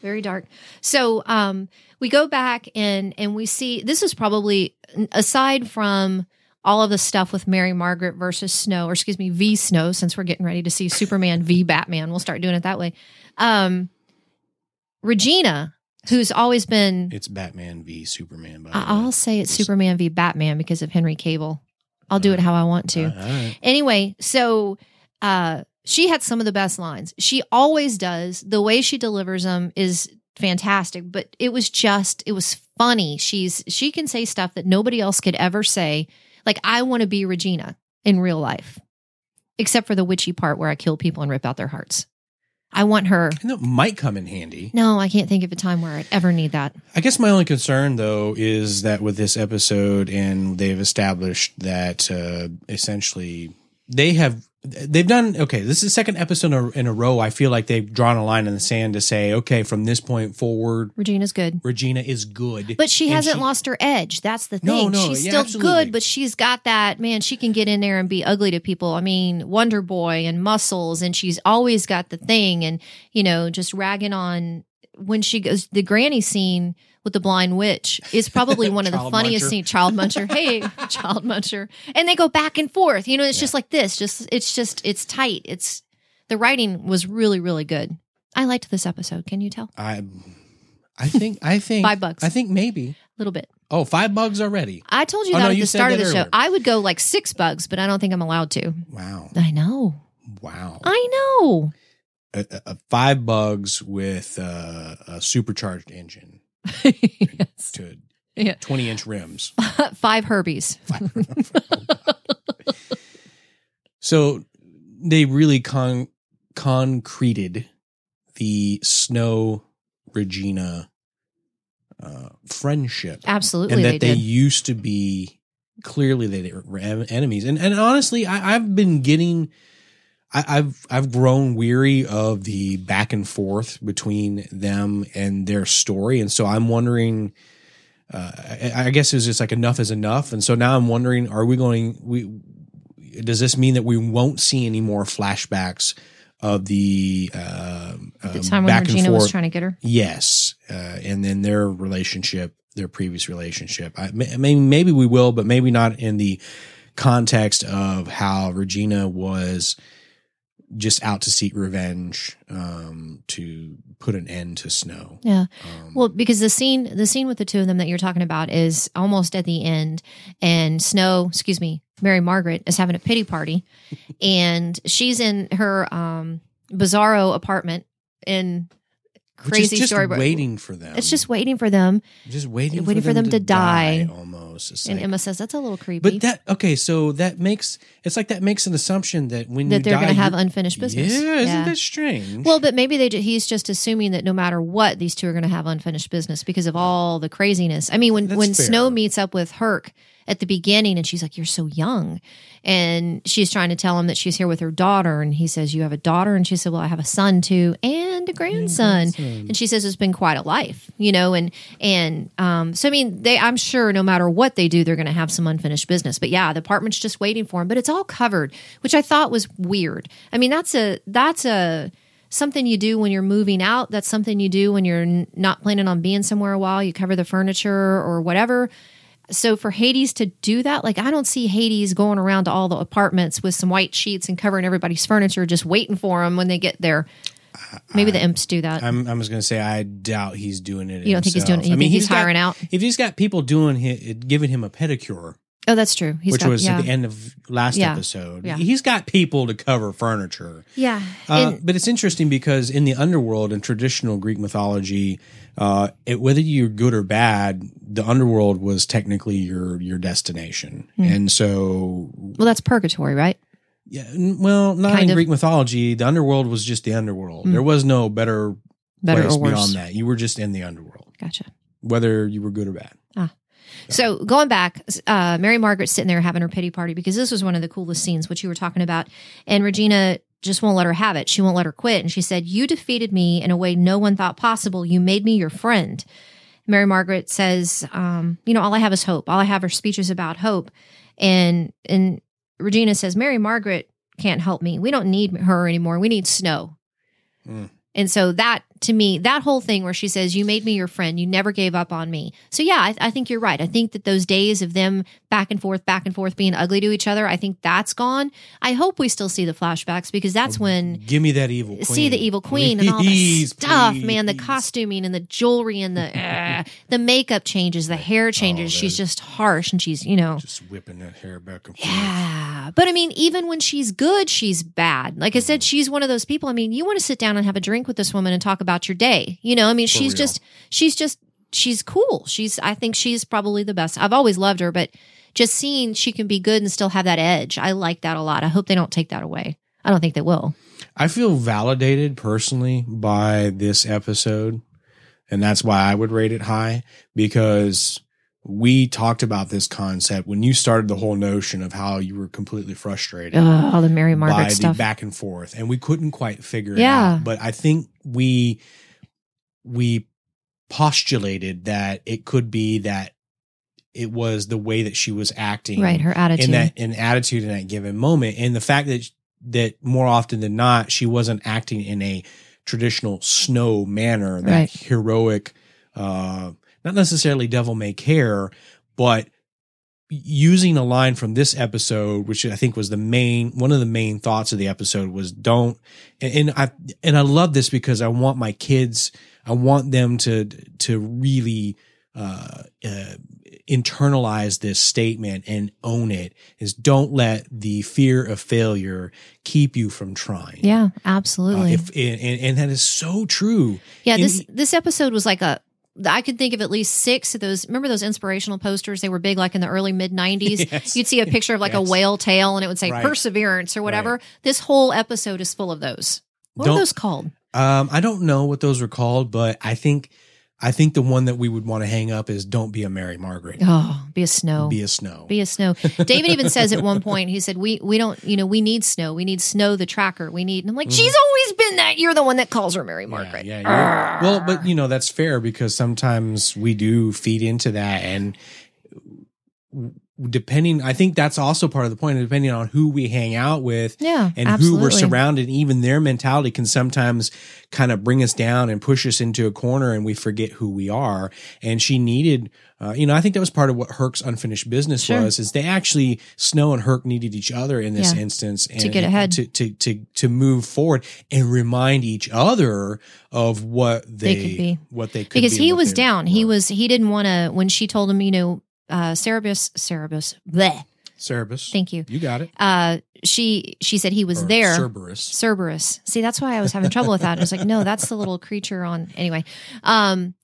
Speaker 1: very dark so um we go back and and we see this is probably aside from all of the stuff with Mary Margaret versus Snow, or excuse me, V Snow, since we're getting ready to see Superman v Batman. We'll start doing it that way. Um, Regina, who's always been,
Speaker 2: It's Batman v Superman. By the
Speaker 1: I- I'll
Speaker 2: way.
Speaker 1: say it's Superman v Batman because of Henry Cable. I'll do it how I want to.
Speaker 2: Uh, all right.
Speaker 1: Anyway, so uh, she had some of the best lines. She always does. The way she delivers them is fantastic. But it was just, it was funny. She's she can say stuff that nobody else could ever say. Like I want to be Regina in real life, except for the witchy part where I kill people and rip out their hearts. I want her.
Speaker 2: And that might come in handy.
Speaker 1: No, I can't think of a time where I'd ever need that.
Speaker 2: I guess my only concern, though, is that with this episode, and they've established that uh, essentially they have they've done okay. This is the second episode in a, in a row. I feel like they've drawn a line in the sand to say, okay, from this point forward,
Speaker 1: Regina's good.
Speaker 2: Regina is good.
Speaker 1: But she
Speaker 2: And
Speaker 1: hasn't
Speaker 2: she-
Speaker 1: lost her edge. That's the
Speaker 2: No,
Speaker 1: thing.
Speaker 2: no,
Speaker 1: she's
Speaker 2: yeah,
Speaker 1: still
Speaker 2: absolutely.
Speaker 1: good, but she's got that man. She can get in there and be ugly to people. I mean, Wonder Boy and muscles, and she's always got the thing. And you know, just ragging on when she goes the granny scene with the blind witch is probably one of the
Speaker 2: Child
Speaker 1: funniest
Speaker 2: muncher.
Speaker 1: scenes. Child muncher, hey, child muncher, and they go back and forth. You know, it's just like this. Just it's just it's tight. It's the writing was really really good. I liked this episode. Can you tell?
Speaker 2: I, I think I think
Speaker 1: Five bucks.
Speaker 2: I think maybe.
Speaker 1: A little bit.
Speaker 2: Oh, five bugs already.
Speaker 1: I told you
Speaker 2: Oh,
Speaker 1: that
Speaker 2: no,
Speaker 1: at
Speaker 2: you
Speaker 1: the
Speaker 2: said
Speaker 1: start of
Speaker 2: that
Speaker 1: the show.
Speaker 2: earlier.
Speaker 1: I would go like six bugs, but I don't think I'm allowed to.
Speaker 2: Wow,
Speaker 1: I know.
Speaker 2: wow.
Speaker 1: I know.
Speaker 2: Uh, uh, five bugs with uh, a supercharged engine
Speaker 1: yes.
Speaker 2: to
Speaker 1: Yeah.
Speaker 2: twenty inch rims.
Speaker 1: Five Herbies.
Speaker 2: So they really con- concreted the Snow Regina uh, friendship,
Speaker 1: Absolutely,
Speaker 2: and that
Speaker 1: they
Speaker 2: they,
Speaker 1: did.
Speaker 2: used to be clearly they were en- enemies. And and honestly, I, I've been getting. I, I've I've grown weary of the back and forth between them and their story, and so I'm wondering. Uh, I, I guess it was just like enough is enough, and so now I'm wondering: Are we going? We does this mean that we won't see any more flashbacks of the uh,
Speaker 1: The
Speaker 2: um,
Speaker 1: time when
Speaker 2: back and
Speaker 1: Regina
Speaker 2: forth?
Speaker 1: was trying to get her.
Speaker 2: yes, uh, and then their relationship their previous relationship. I, may- I mean, maybe we will, but maybe not in the context of how Regina was just out to seek revenge um, to put an end to Snow.
Speaker 1: Yeah.
Speaker 2: Um,
Speaker 1: Well, because the scene the scene with the two of them that you're talking about is almost at the end and Snow, excuse me, Mary Margaret is having a pity party and she's in her um bizarro apartment in
Speaker 2: which is
Speaker 1: crazy
Speaker 2: just
Speaker 1: story but
Speaker 2: waiting for them.
Speaker 1: It's just waiting for them
Speaker 2: just waiting,
Speaker 1: waiting for them to die.
Speaker 2: almost. It's
Speaker 1: and
Speaker 2: like-
Speaker 1: Emma says that's a little creepy
Speaker 2: but that okay, so that makes it's like that makes an assumption that when
Speaker 1: that
Speaker 2: you
Speaker 1: they're
Speaker 2: die,
Speaker 1: going to have
Speaker 2: you-
Speaker 1: unfinished business.
Speaker 2: Yeah, isn't that strange?
Speaker 1: Well, but maybe they ju- he's just assuming that no matter what, these two are going to have unfinished business because of all the craziness. I mean, when
Speaker 2: That's
Speaker 1: when
Speaker 2: fair.
Speaker 1: Snow meets up with Herc at the beginning, and she's like, "You're so young," and she's trying to tell him that she's here with her daughter, and he says, "You have a daughter," and she said, "Well, I have a son too and a grandson." And she says, "It's been quite a life," you know, and and um, so I mean, they I'm sure no matter what they do, they're going to have some unfinished business. But yeah, the apartment's just waiting for him, but it's all covered, which I thought was weird. I mean, that's a that's a something you do when you're moving out. That's something you do when you're n- not planning on being somewhere a while. You cover the furniture or whatever. So for Hades to do that, like I don't see Hades going around to all the apartments with some white sheets and covering everybody's furniture, just waiting for them when they get there. Maybe the imps do that.
Speaker 2: I'm I was going to say I doubt he's doing it.
Speaker 1: You don't think he's doing
Speaker 2: himself. I
Speaker 1: anything?
Speaker 2: mean,
Speaker 1: He's
Speaker 2: got-
Speaker 1: hiring out?
Speaker 2: If he's got people doing it, giving him a pedicure,
Speaker 1: oh, that's true. He's
Speaker 2: which
Speaker 1: got,
Speaker 2: was
Speaker 1: yeah.
Speaker 2: at the end of last
Speaker 1: Yeah.
Speaker 2: episode,
Speaker 1: Yeah.
Speaker 2: he's got people to cover furniture.
Speaker 1: Yeah.
Speaker 2: Uh,
Speaker 1: and,
Speaker 2: but it's interesting because in the underworld and traditional Greek mythology, uh, it, whether you're good or bad, the underworld was technically your your destination,
Speaker 1: Hmm.
Speaker 2: and so
Speaker 1: well, that's purgatory, right?
Speaker 2: yeah, n- well, not
Speaker 1: Kind
Speaker 2: in
Speaker 1: of. Hmm.
Speaker 2: Greek mythology, the underworld was just the underworld. There was no better,
Speaker 1: Better
Speaker 2: place
Speaker 1: or worse.
Speaker 2: beyond that. You were just in the underworld,
Speaker 1: Gotcha.
Speaker 2: whether you were good or bad.
Speaker 1: So going back, uh, Mary Margaret's sitting there having her pity party because this was one of the coolest scenes, which you were talking about. And Regina just won't let her have it. She won't let her quit. And she said, You defeated me in a way no one thought possible. You made me your friend. Mary Margaret says, um, You know, all I have is hope. All I have are speeches about hope. And, and Regina says, Mary Margaret can't help me. We don't need her anymore. We need snow.
Speaker 2: Mm.
Speaker 1: And so that to me, that whole thing where she says, You made me your friend, you never gave up on me. So yeah, I, I think you're right. I think that those days of them back and forth, back and forth, being ugly to each other, I think that's gone. I hope we still see the flashbacks because that's when
Speaker 2: Give me that evil. Queen.
Speaker 1: see the evil queen and all the
Speaker 2: Please,
Speaker 1: stuff, man. The
Speaker 2: please.
Speaker 1: costuming and the jewelry and the uh, the makeup changes, the hair changes.
Speaker 2: Oh,
Speaker 1: she's
Speaker 2: those-
Speaker 1: just harsh and she's you know
Speaker 2: Just whipping that hair back and forth.
Speaker 1: yeah. But I mean, even when she's good, she's bad. Like I
Speaker 2: Mm.
Speaker 1: said, she's one of those people. I mean, you want to sit down and have a drink with this woman and talk about your day. You know, I mean, she's
Speaker 2: real.
Speaker 1: just, she's just, she's cool. She's, I think she's probably the best. I've always loved her, but just seeing she can be good and still have that edge, I like that a lot. I hope they don't take that away. I don't think they will.
Speaker 2: I feel validated personally by this episode. And that's why I would rate it high because we talked about this concept when you started the whole notion of how you were completely frustrated
Speaker 1: Ugh, all the Mary
Speaker 2: by
Speaker 1: Margaret
Speaker 2: the
Speaker 1: stuff.
Speaker 2: back and forth. And we couldn't quite figure it
Speaker 1: Yeah.
Speaker 2: out. But I think we, we postulated that it could be that it was the way that she was acting
Speaker 1: right. Her attitude.
Speaker 2: in that in attitude in that given moment and the fact that that more often than not she wasn't acting in a traditional snow manner that
Speaker 1: Right.
Speaker 2: heroic uh not necessarily devil may care but using a line from this episode which i think was the main one of the main thoughts of the episode was don't and, and i and i love this because i want my kids i want them to to really uh, uh internalize this statement and own it is don't let the fear of failure keep you from trying
Speaker 1: yeah,
Speaker 2: Uh,
Speaker 1: absolutely.
Speaker 2: if, and, and, and that is so true
Speaker 1: Yeah,
Speaker 2: And-
Speaker 1: this this episode was like a I could think of at least six of those. Remember those inspirational posters? They were big like in the early mid 90s.
Speaker 2: Yes.
Speaker 1: You'd see a picture of like
Speaker 2: Yes.
Speaker 1: a whale tail and it would say
Speaker 2: Right.
Speaker 1: perseverance or whatever. This whole episode is full of those. What
Speaker 2: Don't-
Speaker 1: are those called?
Speaker 2: um i don't know what those were called but i think i think the one that we would want to hang up is don't be a mary margaret
Speaker 1: Oh, be a snow.
Speaker 2: be a snow
Speaker 1: Be a snow. David even says at one point, he said, We we don't, you know, we need snow. We need snow the tracker. We need and I'm like, She's always been that. You're the one that calls her Mary Margaret.
Speaker 2: Mm-hmm. Yeah, yeah, you're- well, but you know that's fair because sometimes we do feed into that, and depending, I think that's also part of the point, depending on who we hang out with
Speaker 1: Yeah.
Speaker 2: and
Speaker 1: absolutely.
Speaker 2: who we're surrounded, even their mentality can sometimes kind of bring us down and push us into a corner and we forget who we are. And she needed, uh, you know, I think that was part of what Herc's unfinished business
Speaker 1: Sure.
Speaker 2: was, is they actually, Snow and Herc needed each other in this
Speaker 1: Yeah.
Speaker 2: instance and,
Speaker 1: get ahead.
Speaker 2: to, to, to, to move forward and remind each other of what they,
Speaker 1: They could be.
Speaker 2: what they could
Speaker 1: because
Speaker 2: be and
Speaker 1: he
Speaker 2: what
Speaker 1: was
Speaker 2: they
Speaker 1: down. He
Speaker 2: were.
Speaker 1: was he didn't want to when she told him, you know, uh Cerebus Cerebus. Bleh.
Speaker 2: Cerberus.
Speaker 1: Thank you.
Speaker 2: you got it.
Speaker 1: Uh she she said he was
Speaker 2: Or
Speaker 1: there.
Speaker 2: Cerberus.
Speaker 1: Cerberus. See, that's why I was having trouble with that. I was like, no, that's the little creature on anyway. Um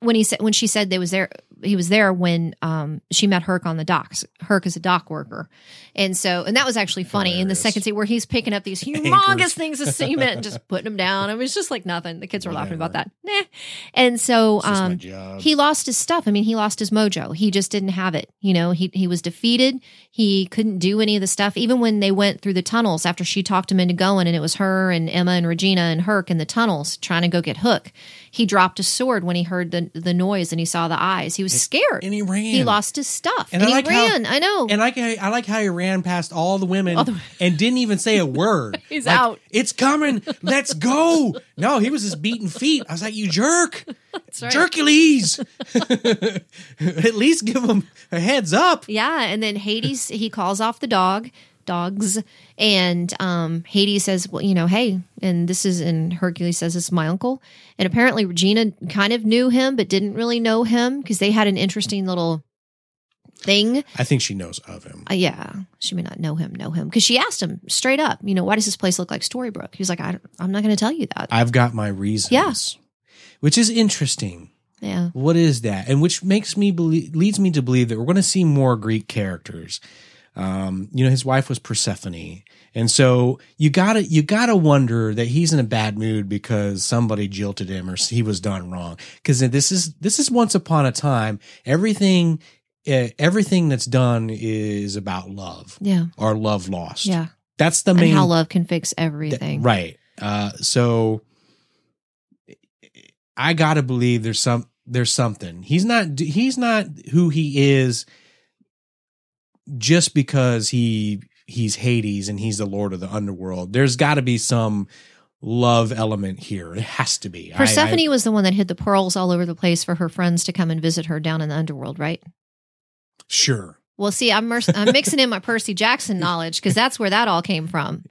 Speaker 1: when he said when she said they was there he was there when um she met Herc on the docks. Herc is a dock worker. And so and that was actually funny in the
Speaker 2: Hilarious.
Speaker 1: second scene where he's picking up these humongous
Speaker 2: Anchors.
Speaker 1: things of cement and just putting them down. It was just like nothing. The kids were laughing about that.
Speaker 2: Whatever.
Speaker 1: Nah. And so
Speaker 2: It's just my
Speaker 1: um
Speaker 2: job.
Speaker 1: he lost his stuff. I mean, he lost his mojo. He just didn't have it. You know, he he was defeated. He couldn't do any of the stuff. Even when they went through the tunnels after she talked him into going, and it was her and Emma and Regina and Herc in the tunnels trying to go get Hook. He dropped his sword when he heard the the noise and he saw the eyes. He was scared.
Speaker 2: and he ran.
Speaker 1: He lost his stuff.
Speaker 2: And
Speaker 1: And,
Speaker 2: I
Speaker 1: he
Speaker 2: like how-
Speaker 1: ran. I know.
Speaker 2: And I, can- I like how he ran past all the women
Speaker 1: All the-
Speaker 2: and didn't even say a word.
Speaker 1: He's
Speaker 2: Like,
Speaker 1: out.
Speaker 2: It's coming. Let's go. No, he was just beating feet. I was like, you jerk.
Speaker 1: right.
Speaker 2: Hercules. At least give him a heads up.
Speaker 1: Yeah, and then Hades he calls off the dog, dogs, and um, Hades says, "Well, you know, hey," and this is and Hercules says, "It's my uncle." And apparently Regina kind of knew him, but didn't really know him because they had an interesting little thing.
Speaker 2: I think she knows of him.
Speaker 1: Uh, yeah, she may not know him, know him because she asked him straight up, you know, why does this place look like Storybrooke? He's like, I, don't- I'm not going to tell you that.
Speaker 2: I've got my reasons.
Speaker 1: Yeah.
Speaker 2: Which is interesting.
Speaker 1: yeah,
Speaker 2: What is that? And which makes me believe, leads me to believe that we're going to see more Greek characters. Um, you know, his wife was Persephone. And so you gotta, you gotta wonder that he's in a bad mood because somebody jilted him or he was done wrong. Cause this is, this is once upon a time, everything, uh, everything that's done is about love
Speaker 1: yeah,
Speaker 2: or love lost.
Speaker 1: yeah,
Speaker 2: That's the
Speaker 1: and
Speaker 2: main
Speaker 1: how love can fix
Speaker 2: Th-
Speaker 1: everything.
Speaker 2: Right. Uh, so I gotta believe there's some there's something. He's not he's not who he is just because he he's Hades and he's the Lord of the Underworld. There's got to be some love element here. It has to be. I- I-
Speaker 1: Persephone was the one that hid the pearls all over the place for her friends to come and visit her down in the underworld, right?
Speaker 2: sure.
Speaker 1: Well, see, I'm, mer- I'm mixing in my Percy Jackson knowledge because that's where that all came from.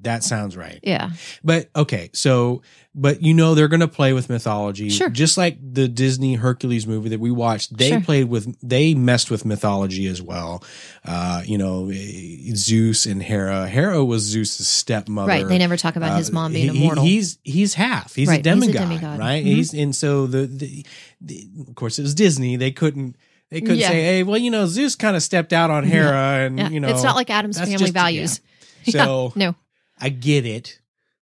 Speaker 2: That sounds right.
Speaker 1: Yeah.
Speaker 2: But okay, so but you know they're going to play with mythology,
Speaker 1: Sure.
Speaker 2: just like the Disney Hercules movie that we watched. They
Speaker 1: Sure.
Speaker 2: played with they messed with mythology as well. Uh, you know, eh, Zeus and Hera. Hera was Zeus's stepmother.
Speaker 1: Right. They never talk about his
Speaker 2: Uh,
Speaker 1: mom being
Speaker 2: he-
Speaker 1: immortal.
Speaker 2: He's he's half. He's, a,
Speaker 1: Right, he's a
Speaker 2: demigod,
Speaker 1: demigod.
Speaker 2: right?
Speaker 1: Mhm.
Speaker 2: He's and so the, the, the of course it was Disney. They couldn't they couldn't
Speaker 1: Yeah.
Speaker 2: say, hey, well, you know, Zeus kind of stepped out on Hera, and
Speaker 1: yeah.
Speaker 2: you know,
Speaker 1: it's not like Adam's
Speaker 2: that's
Speaker 1: family
Speaker 2: just-
Speaker 1: values.
Speaker 2: yeah. So
Speaker 1: No.
Speaker 2: I get it.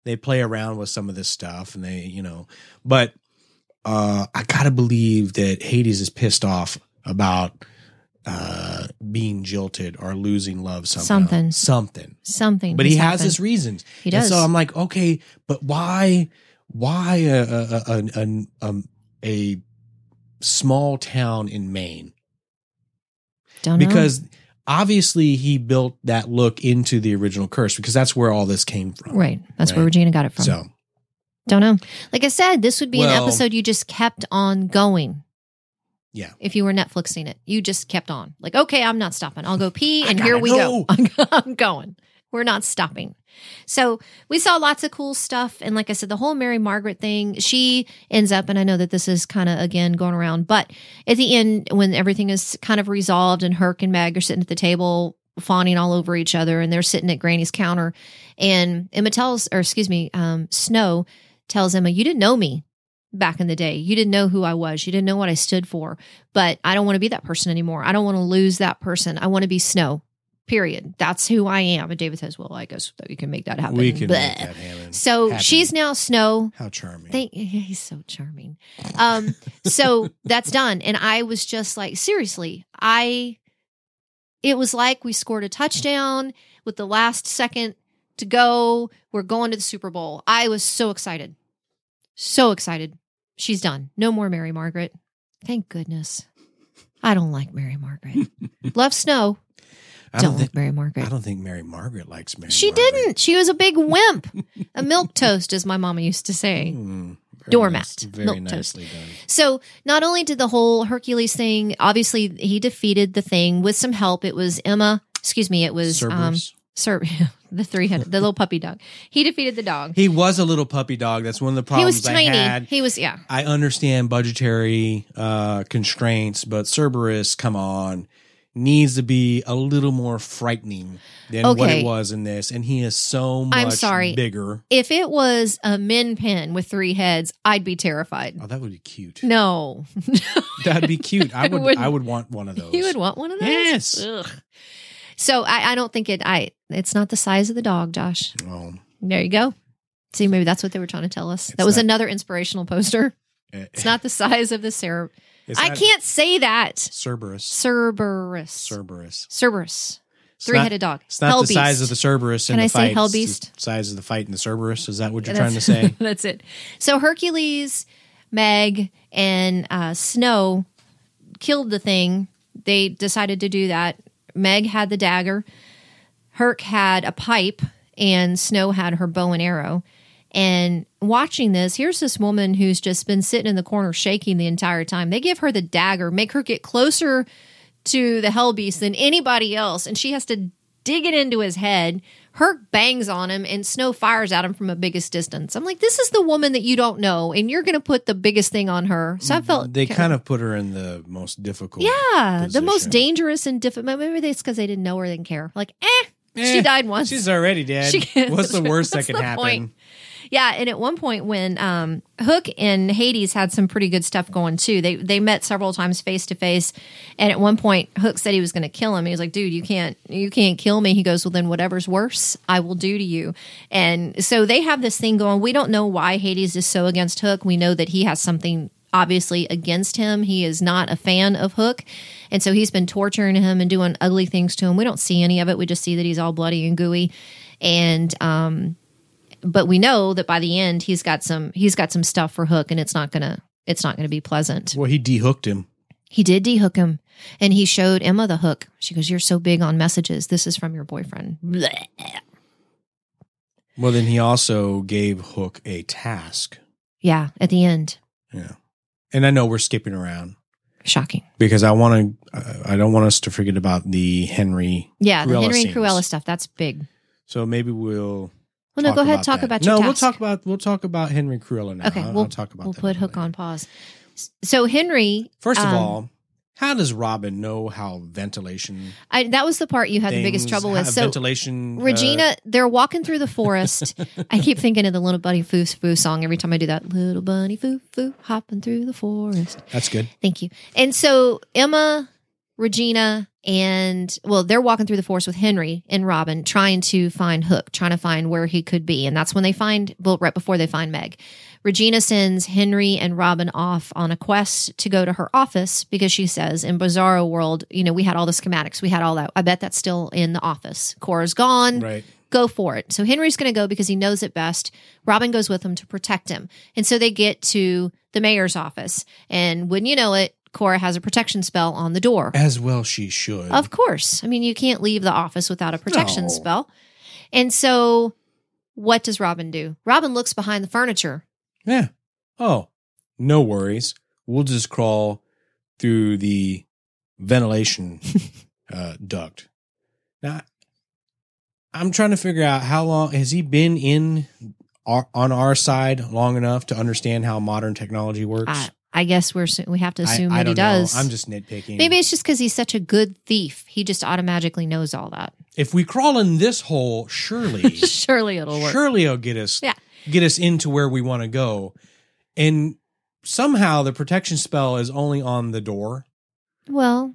Speaker 2: They play around with some of this stuff and they, you know, but uh I gotta believe that Hades is pissed off about uh being jilted or losing love somehow.
Speaker 1: Something.
Speaker 2: Something.
Speaker 1: Something.
Speaker 2: But he
Speaker 1: is
Speaker 2: has
Speaker 1: happening.
Speaker 2: his reasons.
Speaker 1: He does.
Speaker 2: And so I'm like, okay, but why why a a a, a, a, a small town in Maine?
Speaker 1: Don't know.
Speaker 2: Because obviously he built that look into the original curse because that's where all this came from.
Speaker 1: Right. That's
Speaker 2: Right.
Speaker 1: where Regina got it from.
Speaker 2: So
Speaker 1: Don't know. Like I said, this would be an
Speaker 2: Well-
Speaker 1: episode you just kept on going.
Speaker 2: Yeah.
Speaker 1: If you were Netflixing it, you just kept on. Like, okay, I'm not stopping. I'll go pee,
Speaker 2: I
Speaker 1: and here
Speaker 2: gotta
Speaker 1: we
Speaker 2: know.
Speaker 1: go. I'm going. We're not stopping. So we saw lots of cool stuff. And like I said, the whole Mary Margaret thing, she ends up, and I know that this is kind of again going around, but at the end, when everything is kind of resolved and Herc and Mag are sitting at the table fawning all over each other and they're sitting at Granny's counter and Emma tells, or excuse me, um, Snow tells Emma, you didn't know me back in the day. You didn't know who I was. You didn't know what I stood for, but I don't want to be that person anymore. I don't want to lose that person. I want to be Snow. Period. That's who I am. And David says, "Well, I guess that we can make that happen."
Speaker 2: We can
Speaker 1: Blah.
Speaker 2: make that happen.
Speaker 1: So
Speaker 2: happen.
Speaker 1: she's now Snow.
Speaker 2: How charming.
Speaker 1: Thank he's so charming. Um, so that's done. And I was just like, seriously, I it was like we scored a touchdown with the last second to go. We're going to the Super Bowl. I was so excited. So excited. She's done. No more Mary Margaret. Thank goodness. I don't like Mary Margaret. Love Snow.
Speaker 2: I
Speaker 1: Don't,
Speaker 2: don't,
Speaker 1: like
Speaker 2: think,
Speaker 1: Mary
Speaker 2: I
Speaker 1: Margaret.
Speaker 2: don't think Mary Margaret likes Mary
Speaker 1: She
Speaker 2: Margaret.
Speaker 1: didn't. She was a big wimp, a milk toast, as my mama used to say.
Speaker 2: Mm, very
Speaker 1: Doormat.
Speaker 2: nice- very
Speaker 1: Milk toast.
Speaker 2: nicely done.
Speaker 1: So not only did the whole Hercules thing, obviously he defeated the thing with some help. It was Emma. Excuse me. It was um,
Speaker 2: Cerberus.
Speaker 1: Cer- the three headed, the little puppy dog. He defeated the dog.
Speaker 2: he was a little puppy dog. That's one of the
Speaker 1: He
Speaker 2: problems
Speaker 1: was tiny.
Speaker 2: I had.
Speaker 1: He was yeah.
Speaker 2: I understand budgetary uh, constraints, but Cerberus, come on, needs to be a little more frightening than what
Speaker 1: Okay.
Speaker 2: it was in this. And he is so much
Speaker 1: I'm sorry.
Speaker 2: bigger.
Speaker 1: If it was a min pin with three heads, I'd be terrified.
Speaker 2: Oh, that would be cute.
Speaker 1: No,
Speaker 2: That'd be cute. I
Speaker 1: I
Speaker 2: would.
Speaker 1: wouldn't.
Speaker 2: I would want one of those.
Speaker 1: you would want one of those.
Speaker 2: Yes.
Speaker 1: Ugh. So I, I don't think it. I it's not the size of the dog, Josh.
Speaker 2: Oh,
Speaker 1: There you go. See, maybe that's what they were trying to tell us. that
Speaker 2: It's
Speaker 1: was
Speaker 2: not-
Speaker 1: another inspirational poster.
Speaker 2: eh,
Speaker 1: It's not the size of the Cer.
Speaker 2: it's
Speaker 1: I
Speaker 2: not
Speaker 1: can't say that.
Speaker 2: Cerberus.
Speaker 1: Cerberus.
Speaker 2: Cerberus.
Speaker 1: Cerberus.
Speaker 2: It's
Speaker 1: Three
Speaker 2: not-
Speaker 1: headed dog.
Speaker 2: It's not
Speaker 1: Hell
Speaker 2: the size of
Speaker 1: beast.
Speaker 2: the Cerberus. In
Speaker 1: Can
Speaker 2: the
Speaker 1: I say
Speaker 2: fight.
Speaker 1: hell
Speaker 2: It's the
Speaker 1: beast?
Speaker 2: size of the fight in the Cerberus. Is that what you're
Speaker 1: That's-
Speaker 2: trying to say?
Speaker 1: that's it. So Hercules, Meg, and uh, Snow killed the thing. They decided to do that. Meg had the dagger. Herc had a pipe, and Snow had her bow and arrow. And watching this, here's this woman who's just been sitting in the corner shaking the entire time. They give her the dagger, make her get closer to the hell beast than anybody else, and she has to dig it into his head. Herc bangs on him, and Snow fires at him from a biggest distance. I'm like, this is the woman that you don't know, and you're going to put the biggest thing on her. So I felt
Speaker 2: They kind of put her in the most difficult.
Speaker 1: yeah, the most
Speaker 2: position.
Speaker 1: dangerous and difficult. Maybe that's because they didn't know her, they didn't care. Like, eh, she
Speaker 2: Eh,
Speaker 1: died once.
Speaker 2: She's already dead.
Speaker 1: She can't-
Speaker 2: What's the worst that
Speaker 1: that's
Speaker 2: can
Speaker 1: the
Speaker 2: happen?
Speaker 1: point. Yeah, and at one point when um, Hook and Hades had some pretty good stuff going too. They they met several times face to face, and at one point Hook said he was going to kill him. He was like, "Dude, you can't you can't kill me." He goes, "Well, then whatever's worse, I will do to you." And so they have this thing going. We don't know why Hades is so against Hook. We know that he has something obviously against him. He is not a fan of Hook, and so he's been torturing him and doing ugly things to him. We don't see any of it. We just see that he's all bloody and gooey. And um, but we know that by the end he's got some he's got some stuff for hook and it's not gonna it's not gonna be pleasant
Speaker 2: Well, he dehooked him.
Speaker 1: he did dehook him and he showed emma the hook she goes you're so big on messages this is from your boyfriend Blech.
Speaker 2: Well, then he also gave Hook a task.
Speaker 1: yeah at the end
Speaker 2: Yeah. And I know we're skipping around
Speaker 1: shocking
Speaker 2: because I want to, I don't want us to forget about the Henry.
Speaker 1: yeah the
Speaker 2: Cruella
Speaker 1: henry and
Speaker 2: scenes.
Speaker 1: cruella stuff that's big
Speaker 2: So maybe we'll.
Speaker 1: well no
Speaker 2: talk
Speaker 1: go ahead
Speaker 2: about
Speaker 1: talk
Speaker 2: that.
Speaker 1: about your
Speaker 2: No,
Speaker 1: task.
Speaker 2: we'll talk about we'll talk about Henry Cruella now.
Speaker 1: Okay,
Speaker 2: I'll,
Speaker 1: we'll-
Speaker 2: I'll talk about
Speaker 1: we'll
Speaker 2: that
Speaker 1: put
Speaker 2: a
Speaker 1: hook
Speaker 2: little
Speaker 1: on
Speaker 2: bit.
Speaker 1: pause so henry
Speaker 2: First of
Speaker 1: um,
Speaker 2: all, how does Robin know how ventilation?
Speaker 1: I, that was the part you had the biggest
Speaker 2: things-
Speaker 1: trouble
Speaker 2: how
Speaker 1: with so
Speaker 2: ventilation. uh,
Speaker 1: Regina, they're walking through the forest. I keep thinking of the little bunny foo foo song every time I do that. Little bunny foo foo hopping through the forest.
Speaker 2: that's good.
Speaker 1: Thank you. And so Emma, Regina, and well, they're walking through the forest with Henry and Robin, trying to find Hook, trying to find where he could be. And that's when they find, well, right before they find Meg. Regina sends Henry and Robin off on a quest to go to her office because she says, in Bizarro World, you know, we had all the schematics, we had all that. I bet that's still in the office. Cora's gone
Speaker 2: Right.
Speaker 1: go for it. So Henry's going to go because he knows it best. Robin goes with him to protect him. And so they get to the mayor's office. And wouldn't you know it, Cora has a protection spell on the door.
Speaker 2: As well, she should.
Speaker 1: Of course. I mean, you can't leave the office without a protection
Speaker 2: No.
Speaker 1: spell. And so what does Robin do? Robin looks behind the furniture.
Speaker 2: Yeah. Oh, no worries. We'll just crawl through the ventilation uh, duct. Now, I'm trying to figure out how long has he been in our, on our side long enough to understand how modern technology works.
Speaker 1: I, I guess we're assu- we have to
Speaker 2: I-
Speaker 1: assume
Speaker 2: I
Speaker 1: that he
Speaker 2: don't know.
Speaker 1: does.
Speaker 2: I'm just nitpicking.
Speaker 1: Maybe it's just because he's such a good thief. He just automatically knows all that.
Speaker 2: if we crawl in this hole, surely,
Speaker 1: Surely it'll work.
Speaker 2: surely it'll get us
Speaker 1: Yeah.
Speaker 2: get us into where we want to go. And somehow the protection spell is only on the door.
Speaker 1: Well,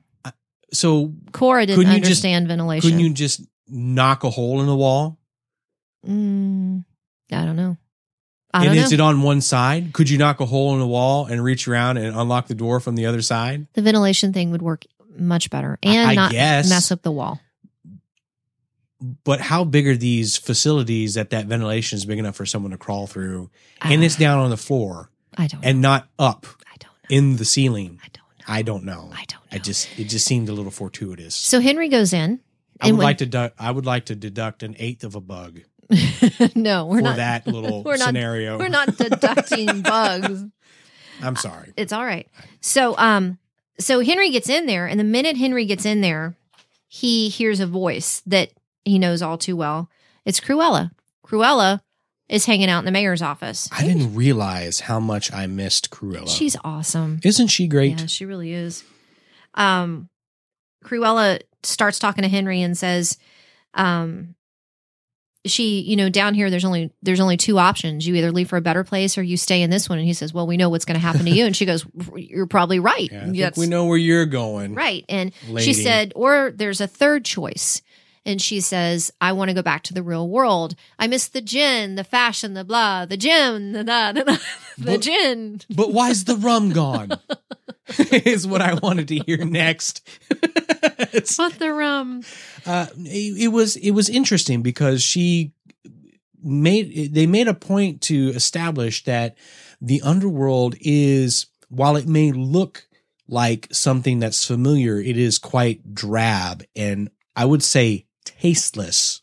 Speaker 2: So
Speaker 1: Cora didn't
Speaker 2: Couldn't you just-
Speaker 1: understand ventilation.
Speaker 2: Couldn't you just knock a hole in the wall?
Speaker 1: Mm, I don't know. I
Speaker 2: and
Speaker 1: don't know.
Speaker 2: is it on one side? Could you knock a hole in the wall and reach around and unlock the door from the other side?
Speaker 1: the ventilation thing would work much better
Speaker 2: I-
Speaker 1: and
Speaker 2: I
Speaker 1: not
Speaker 2: guess.
Speaker 1: mess up the wall.
Speaker 2: But how big are these facilities that that ventilation is big enough for someone to crawl through? And
Speaker 1: Ah,
Speaker 2: it's down on the floor
Speaker 1: I don't.
Speaker 2: and not up
Speaker 1: I don't know.
Speaker 2: in the ceiling.
Speaker 1: I don't know.
Speaker 2: I don't know.
Speaker 1: I don't know.
Speaker 2: I just it just seemed a little fortuitous.
Speaker 1: so Henry goes in.
Speaker 2: I
Speaker 1: and
Speaker 2: would
Speaker 1: when-
Speaker 2: like to du- I would like to deduct an eighth of a bug
Speaker 1: no, we're
Speaker 2: for
Speaker 1: not.
Speaker 2: that little
Speaker 1: we're not-
Speaker 2: scenario.
Speaker 1: We're not deducting bugs.
Speaker 2: I'm sorry.
Speaker 1: It's all right. So um so Henry gets in there and the minute Henry gets in there, he hears a voice that he knows all too well. It's Cruella. Cruella is hanging out in the mayor's office.
Speaker 2: I didn't realize how much I missed Cruella.
Speaker 1: She's awesome.
Speaker 2: Isn't she great?
Speaker 1: Yeah, she really is. Um Cruella starts talking to Henry and says um she, you know, down here there's only there's only two options. You either leave for a better place or you stay in this one and he says, "Well, we know what's going to happen to you." And she goes, "You're probably right."
Speaker 2: Yeah, I think
Speaker 1: That's-
Speaker 2: we know where you're going.
Speaker 1: Right. And
Speaker 2: lady.
Speaker 1: she said, or there's a third choice. And she says, I want to go back to the real world. I miss the gin, the fashion, the blah, the gym, the, da, da, da, the
Speaker 2: But-
Speaker 1: gin.
Speaker 2: But why's the rum gone? is what I wanted to hear next. It's-
Speaker 1: But the rum.
Speaker 2: uh, it, it was it was interesting because she made they made a point to establish that the underworld is while it may look like something that's familiar, it is quite drab and I would say tasteless,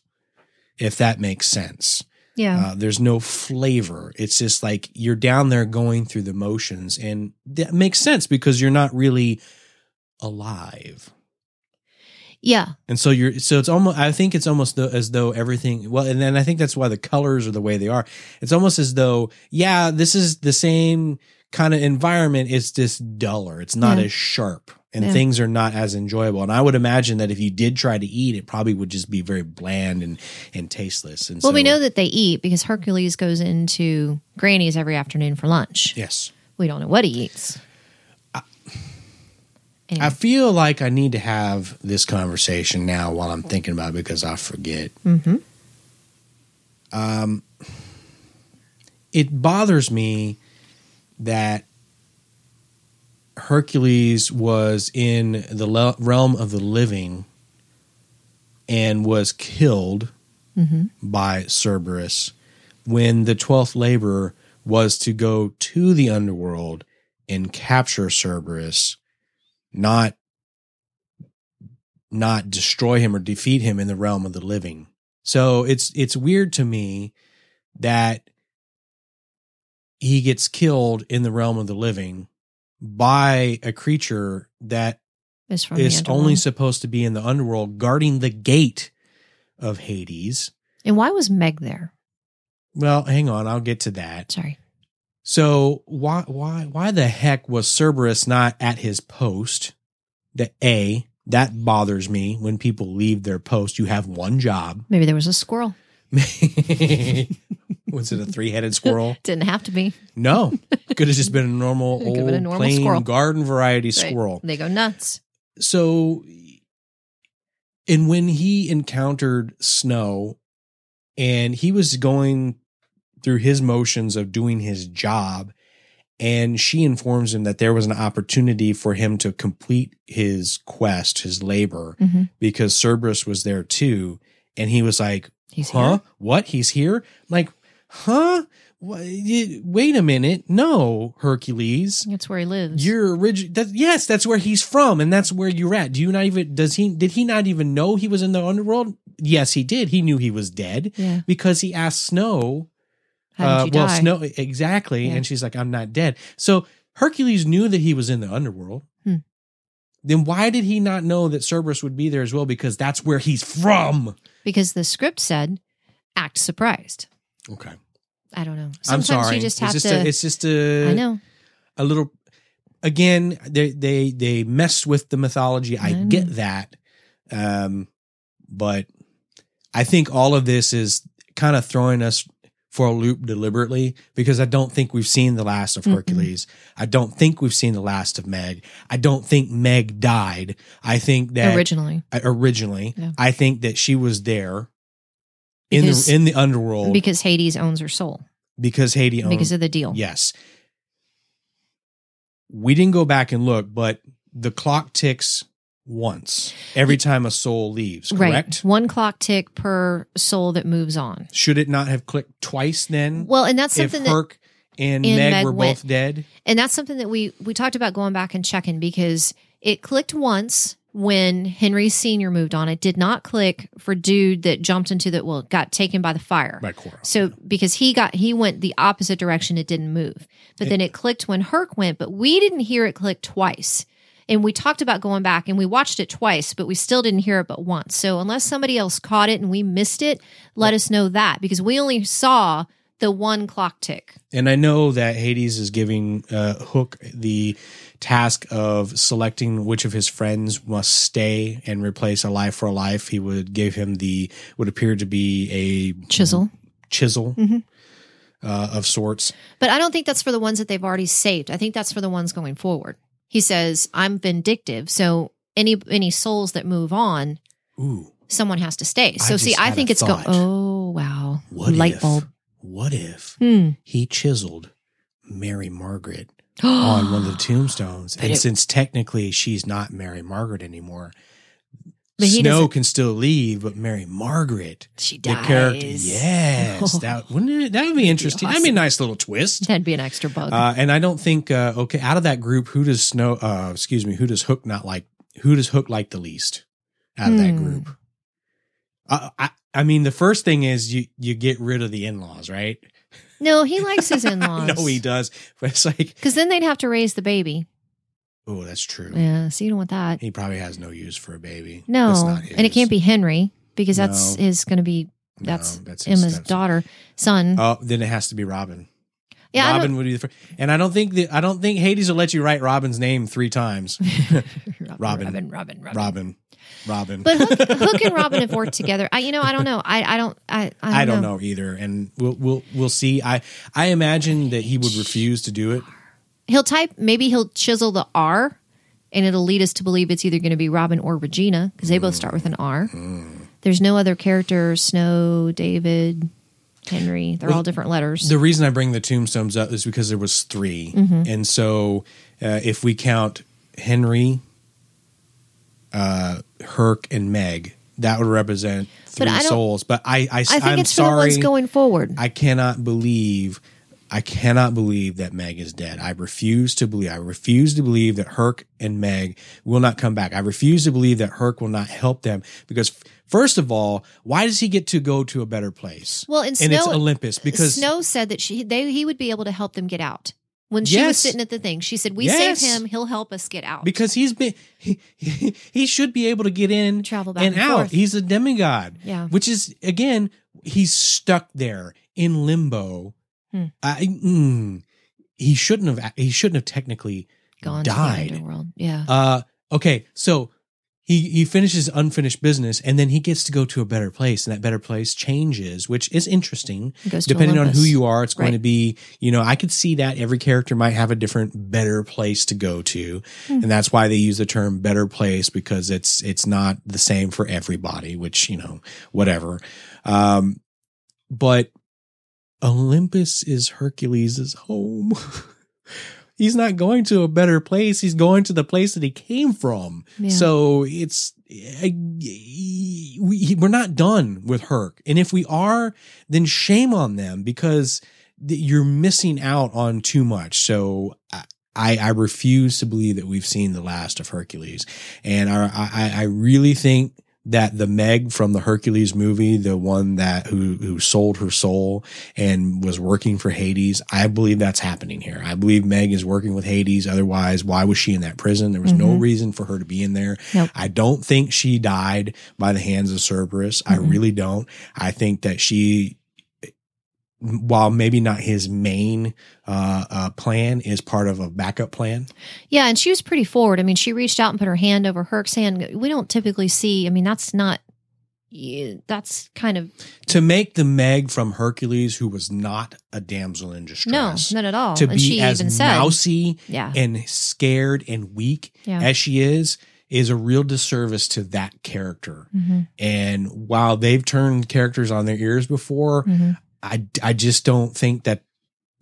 Speaker 2: if that makes sense.
Speaker 1: Yeah.
Speaker 2: Uh, there's no flavor. It's just like you're down there going through the motions, and that makes sense because you're not really alive.
Speaker 1: yeah.
Speaker 2: And so you're so it's almost I think it's almost tho- as though everything well and then I think that's why the colors are the way they are. It's almost as though yeah, this is the same kind of environment. It's just duller. It's not
Speaker 1: Yeah.
Speaker 2: as sharp and
Speaker 1: Yeah.
Speaker 2: things are not as enjoyable. And I would imagine that if you did try to eat, it probably would just be very bland and and tasteless. And
Speaker 1: Well,
Speaker 2: so,
Speaker 1: we know that they eat because Hercules goes into Granny's every afternoon for lunch.
Speaker 2: Yes.
Speaker 1: We don't know what he eats.
Speaker 2: I feel like I need to have this conversation now while I'm thinking about it because I forget. Um,
Speaker 1: Mm-hmm.
Speaker 2: it bothers me that Hercules was in the le- realm of the living and was killed
Speaker 1: Mm-hmm.
Speaker 2: by Cerberus when the 12th laborer was to go to the underworld and capture Cerberus, not not destroy him or defeat him in the realm of the living. So it's it's weird to me that he gets killed in the realm of the living by a creature that
Speaker 1: It's from
Speaker 2: is
Speaker 1: the
Speaker 2: only
Speaker 1: only.
Speaker 2: supposed to be in the underworld guarding the gate of Hades.
Speaker 1: And why was Meg there?
Speaker 2: Well, hang on, I'll get to that.
Speaker 1: Sorry.
Speaker 2: So why why why the heck was Cerberus not at his post? The A that bothers me when people leave their post. You have one job.
Speaker 1: Maybe there was a squirrel.
Speaker 2: was it a three-headed squirrel?
Speaker 1: Didn't have to be.
Speaker 2: No, could have just been a normal
Speaker 1: Could've
Speaker 2: old
Speaker 1: been a normal
Speaker 2: plain
Speaker 1: squirrel.
Speaker 2: garden variety
Speaker 1: Right.
Speaker 2: squirrel.
Speaker 1: They go nuts.
Speaker 2: So, and when he encountered Snow, and he was going through his motions of doing his job, and she informs him that there was an opportunity for him to complete his quest, his labor,
Speaker 1: Mm-hmm.
Speaker 2: because Cerberus was there too, and he was like,
Speaker 1: He's
Speaker 2: huh?
Speaker 1: here.
Speaker 2: What? He's here? Like, huh? Wha- y- Wait a minute. No, Hercules.
Speaker 1: That's where he lives.
Speaker 2: You're origin. That, yes, that's where he's from, and that's where you're at. Do you not even? Does he? Did he not even know he was in the underworld? Yes, he did. He knew he was dead
Speaker 1: yeah.
Speaker 2: because he asked Snow.
Speaker 1: How did
Speaker 2: uh,
Speaker 1: you
Speaker 2: well,
Speaker 1: die?
Speaker 2: Snow exactly,
Speaker 1: Yeah.
Speaker 2: and she's like, "I'm not dead." So Hercules knew that he was in the underworld.
Speaker 1: Hmm.
Speaker 2: Then why did he not know that Cerberus would be there as well? Because that's where he's from.
Speaker 1: because the script said act surprised.
Speaker 2: Okay,
Speaker 1: I don't know.
Speaker 2: I'm
Speaker 1: Sometimes
Speaker 2: sorry.
Speaker 1: you just
Speaker 2: it's
Speaker 1: have
Speaker 2: just
Speaker 1: to.
Speaker 2: A, it's just a.
Speaker 1: I know.
Speaker 2: a little again they they they messed with the mythology i
Speaker 1: I know.
Speaker 2: get that um but i think all of this is kind of throwing us for a loop deliberately because i don't think we've seen the last of
Speaker 1: Mm-mm.
Speaker 2: hercules i don't think we've seen the last of meg i don't think meg died i think that
Speaker 1: originally,
Speaker 2: uh, originally
Speaker 1: Yeah.
Speaker 2: i think that she was there in
Speaker 1: Because-
Speaker 2: the in the underworld because,
Speaker 1: because Hades owns her soul
Speaker 2: Haiti owned
Speaker 1: because of the deal.
Speaker 2: Yes. We didn't go back and look, but the clock ticks once every time a soul leaves,
Speaker 1: right.
Speaker 2: correct?
Speaker 1: One clock tick per soul that moves on.
Speaker 2: Should it not have clicked twice then?
Speaker 1: Well, and that's
Speaker 2: if
Speaker 1: something that
Speaker 2: Herc and,
Speaker 1: And
Speaker 2: Meg,
Speaker 1: Meg
Speaker 2: were
Speaker 1: went.
Speaker 2: both dead.
Speaker 1: And that's something that we we talked about going back and checking because it clicked once when Henry Sr. moved on. It did not click for dude that jumped into the well, got taken by the fire.
Speaker 2: By Cora.
Speaker 1: So because he got he went the opposite direction, it didn't move. But then it clicked when Herc went, but we didn't hear it click twice. And we talked about going back and we watched it twice, but we still didn't hear it but once. So unless somebody else caught it and we missed it, let us know that because we only saw the one clock tick.
Speaker 2: And I know that Hades is giving uh, Hook the task of selecting which of his friends must stay and replace a life for a life. He would give him the what appeared to be a
Speaker 1: Chisel.
Speaker 2: chisel
Speaker 1: Mhm.
Speaker 2: uh, of sorts.
Speaker 1: But I don't think that's for the ones that they've already saved. I think that's for the ones going forward. He says, "I'm vindictive, so any any souls that move on,
Speaker 2: Ooh,
Speaker 1: someone has to stay."
Speaker 2: I
Speaker 1: So see,
Speaker 2: just
Speaker 1: I
Speaker 2: had
Speaker 1: think
Speaker 2: a
Speaker 1: it's going.
Speaker 2: thought.
Speaker 1: Oh wow,
Speaker 2: what
Speaker 1: light
Speaker 2: if, Oh,
Speaker 1: bulb.
Speaker 2: What if
Speaker 1: Hmm.
Speaker 2: he chiseled Mary Margaret on one of the tombstones?
Speaker 1: But
Speaker 2: and
Speaker 1: it-
Speaker 2: since technically she's not Mary Margaret anymore,
Speaker 1: But he
Speaker 2: Snow
Speaker 1: doesn't-
Speaker 2: can still leave, but Mary Margaret
Speaker 1: she
Speaker 2: the
Speaker 1: dies.
Speaker 2: character. Yes, that wouldn't it, that would be interesting. That'd be a
Speaker 1: awesome.
Speaker 2: nice little twist.
Speaker 1: That'd be an extra bug.
Speaker 2: Uh, and I don't think uh, okay out of that group, who does Snow? Uh, excuse me, who does Hook not like? Who does Hook like the least out of that
Speaker 1: Hmm.
Speaker 2: group? Uh, I I mean, the first thing is you you get rid of the in laws, right?
Speaker 1: no, he likes his in
Speaker 2: I
Speaker 1: laws.
Speaker 2: know he does, but it's like,
Speaker 1: Because then they'd have to raise the baby.
Speaker 2: oh, that's true.
Speaker 1: Yeah, so you don't want that.
Speaker 2: He probably has no use for a baby. That's
Speaker 1: No,
Speaker 2: not his.
Speaker 1: and it can't be Henry because that's
Speaker 2: No.
Speaker 1: is going to be
Speaker 2: No,
Speaker 1: that's
Speaker 2: his
Speaker 1: Emma's
Speaker 2: stepson.
Speaker 1: daughter son.
Speaker 2: Oh, then it has to be Robin.
Speaker 1: yeah, I don't-
Speaker 2: Robin would be the first. And I don't think that I don't think Hades will let you write Robin's name three times. Robin.
Speaker 1: Robin, Robin, Robin.
Speaker 2: Robin, Robin.
Speaker 1: But Hook, Hook and Robin have worked together. I, you know, I don't know. I, I don't. I, I don't,
Speaker 2: I don't know. either, and we'll we'll we'll see. I I imagine that he would refuse to do it.
Speaker 1: He'll type. Maybe he'll chisel the R, and it'll lead us to believe it's either going to be Robin or Regina because they both start with an R. There's no other characters. Snow, David, Henry. They're all different letters.
Speaker 2: The reason I bring the tombstones up is because there was 3
Speaker 1: Mm-hmm.
Speaker 2: and so uh, if we count Henry, uh, Herc, and Meg, that would represent three
Speaker 1: But I don't-
Speaker 2: souls. But I I,
Speaker 1: I think
Speaker 2: am
Speaker 1: it's for the
Speaker 2: sorry.
Speaker 1: ones going forward.
Speaker 2: I cannot believe I cannot believe that Meg is dead. I refuse to believe. I refuse to believe that Herc and Meg will not come back. I refuse to believe that Herc will not help them because f- first of all, why does he get to go to a better place?
Speaker 1: Well, and
Speaker 2: and it's
Speaker 1: Snow-
Speaker 2: Olympus because
Speaker 1: Snow said that she they he would be able to help them get out when she was
Speaker 2: Yes.
Speaker 1: sitting at the thing. She said, "We
Speaker 2: Yes.
Speaker 1: save him. He'll help us get out."
Speaker 2: because he's been he, he, he should be able to get in
Speaker 1: Travel back
Speaker 2: and,
Speaker 1: and
Speaker 2: out
Speaker 1: forth.
Speaker 2: he's a demigod
Speaker 1: Yeah.
Speaker 2: which is again he's stuck there in limbo
Speaker 1: Hmm.
Speaker 2: I, mm, he shouldn't have he shouldn't have technically
Speaker 1: Gone
Speaker 2: died.
Speaker 1: to the underworld. Yeah.
Speaker 2: uh okay so he he finishes unfinished business and then he gets to go to a better place and that better place changes which is interesting
Speaker 1: Goes to
Speaker 2: depending on
Speaker 1: Olympus.
Speaker 2: who you are it's going
Speaker 1: Right.
Speaker 2: to be you know i could see that every character might have a different better place to go to
Speaker 1: Hmm.
Speaker 2: and that's why they use the term better place because it's it's not the same for everybody which you know whatever um but olympus is hercules's home he's not going to a better place he's going to the place that he came from
Speaker 1: Yeah.
Speaker 2: so it's I, we, we're not done with Herc, and if we are, then shame on them because th- you're missing out on too much. So I, I I refuse to believe that we've seen the last of Hercules, and I I, I really think that the Meg from the Hercules movie, the one that who who sold her soul and was working for Hades, I believe that's happening here. I believe Meg is working with Hades. Otherwise, why was she in that prison? There was no
Speaker 1: Mhm.
Speaker 2: reason for her to be in there.
Speaker 1: Nope.
Speaker 2: I don't think she died by the hands of Cerberus. I
Speaker 1: Mhm.
Speaker 2: really don't. I think that she while maybe not his main uh, uh, plan is part of a backup plan
Speaker 1: Yeah, and she was pretty forward. I mean, she reached out and put her hand over Herc's hand. We don't typically see. I mean, that's not. yeah, That's kind of
Speaker 2: to make the Meg from Hercules, who was not a damsel in
Speaker 1: no,
Speaker 2: distress,
Speaker 1: not at all.
Speaker 2: to
Speaker 1: and
Speaker 2: be
Speaker 1: she
Speaker 2: as
Speaker 1: even said,
Speaker 2: mousy
Speaker 1: "Yeah,
Speaker 2: and scared and weak
Speaker 1: Yeah.
Speaker 2: as she is is a real disservice to that character.
Speaker 1: hmm
Speaker 2: And while they've turned characters on their ears before,
Speaker 1: hmm
Speaker 2: I, I just don't think that